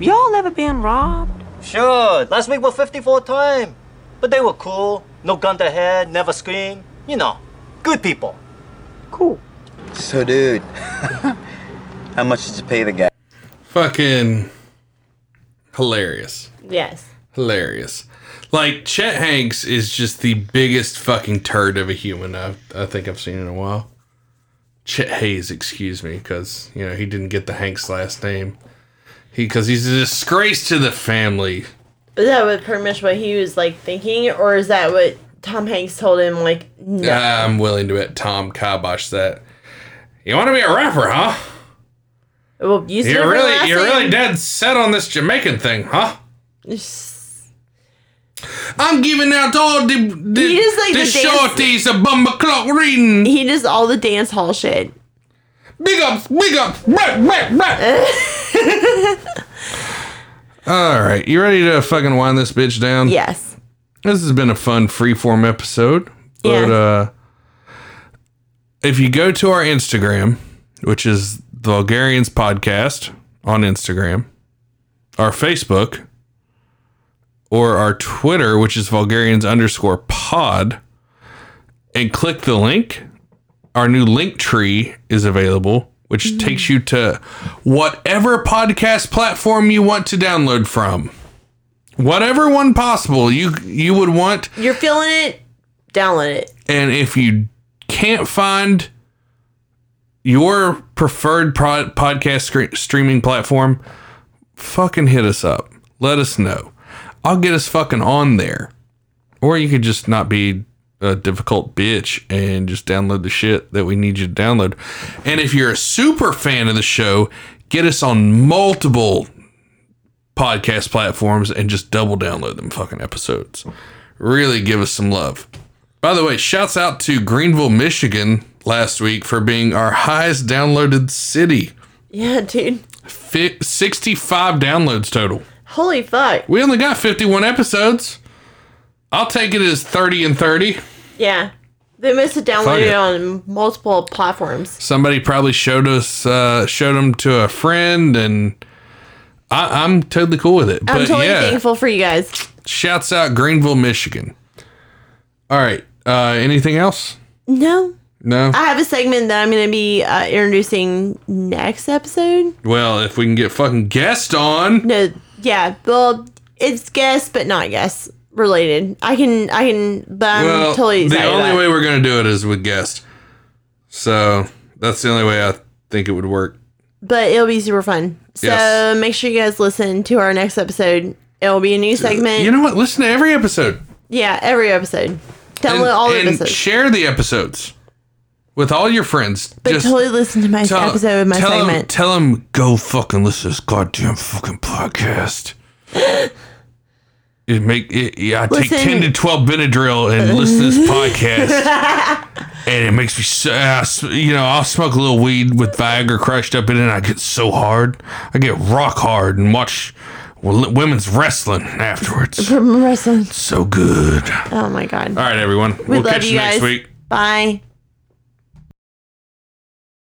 R: y'all ever been robbed? Sure. Last week was 54 time. But they were cool. No gun to head, never scream. You know, good people.
S: So, dude, how much did you pay the guy?
B: Fucking hilarious.
C: Yes.
B: Hilarious. Like, Chet Hanks is just the biggest fucking turd of a human I've, I think I've seen in a while. Chet Hayes, excuse me, because, you know, he didn't get the Hanks last name. He Because he's a disgrace to the family.
C: Is that what pretty much what he was like thinking, or is that what Tom Hanks told him? Like, no.
B: I'm willing to bet Tom kibosh that. You want to be a rapper, huh?
C: well, you said
B: you're
C: it for the
B: really,
C: last
B: you're really
C: name.
B: dead set on this Jamaican thing, huh?
C: Yes.
B: I'm giving out all the the,
C: He just, like,
B: the
C: the dance-
B: shorties a bumper clock reading.
C: He does all the dance hall shit.
B: Big ups, big ups, brap, brap, brap. All right, you ready to fucking wind this bitch down?
C: Yes.
B: This has been a fun freeform episode, but uh, if you go to our Instagram, which is the Vulgarians Podcast on Instagram, our Facebook, or our Twitter, which is Vulgarians underscore pod, and click the link, our new link tree is available, which takes you to whatever podcast platform you want to download from. Whatever one possible you you would want.
C: You're feeling it, download it.
B: And if you can't find your preferred pro- podcast scre- streaming platform, fucking hit us up. Let us know. I'll get us fucking on there. Or you could just not be a difficult bitch and just download the shit that we need you to download. And if you're a super fan of the show, get us on multiple podcast platforms and just double download them fucking episodes. Really give us some love. By the way, shouts out to Greenville, Michigan last week for being our highest downloaded city.
C: Yeah, dude.
B: Fi 65 downloads total.
C: Holy fuck.
B: We only got 51 episodes. I'll take it as 30 and 30.
C: Yeah. They must have
B: Fuck
C: downloaded
B: it.
C: it on multiple platforms.
B: Somebody probably showed us, uh, showed them to a friend, and I, I'm totally cool with it.
C: I'm
B: but
C: totally
B: yeah,
C: thankful for you guys.
B: shouts out Greenville, Michigan. All right. Uh, anything else?
C: No.
B: No.
C: I have a segment that I'm going to be uh, introducing next episode.
B: well, if we can get fucking guest on,
C: No, yeah. Well, it's guess, but not guess related. I can, I can, but I'm
B: well,
C: totally
B: the
C: excited.
B: only
C: about it.
B: way we're gonna do it is with guest. So that's the only way I think it would work.
C: but it'll be super fun. So
B: Yes.
C: make sure you guys listen to our next episode. It'll be a new segment.
B: You know what? Listen to every episode.
C: Yeah, every episode. Download all the
B: and
C: episodes.
B: share the episodes. with all your friends.
C: But totally listen to my
B: tell-
C: episode of my
B: tell 'em-
C: segment.
B: tell him go fucking listen to this goddamn fucking podcast. It make it, yeah, I take
C: Listen-
B: ten to twelve Benadryl and listen to this podcast, and it makes me so I s- you know I'll smoke a little weed with Viagra crushed up in it. and I get so hard, I get rock hard, and watch w- women's wrestling afterwards.
C: From wrestling.
B: So good.
C: Oh my god.
B: All right, everyone,
C: We
B: we'll
C: love
B: catch
C: you
B: you next
C: guys.
B: week.
C: Bye.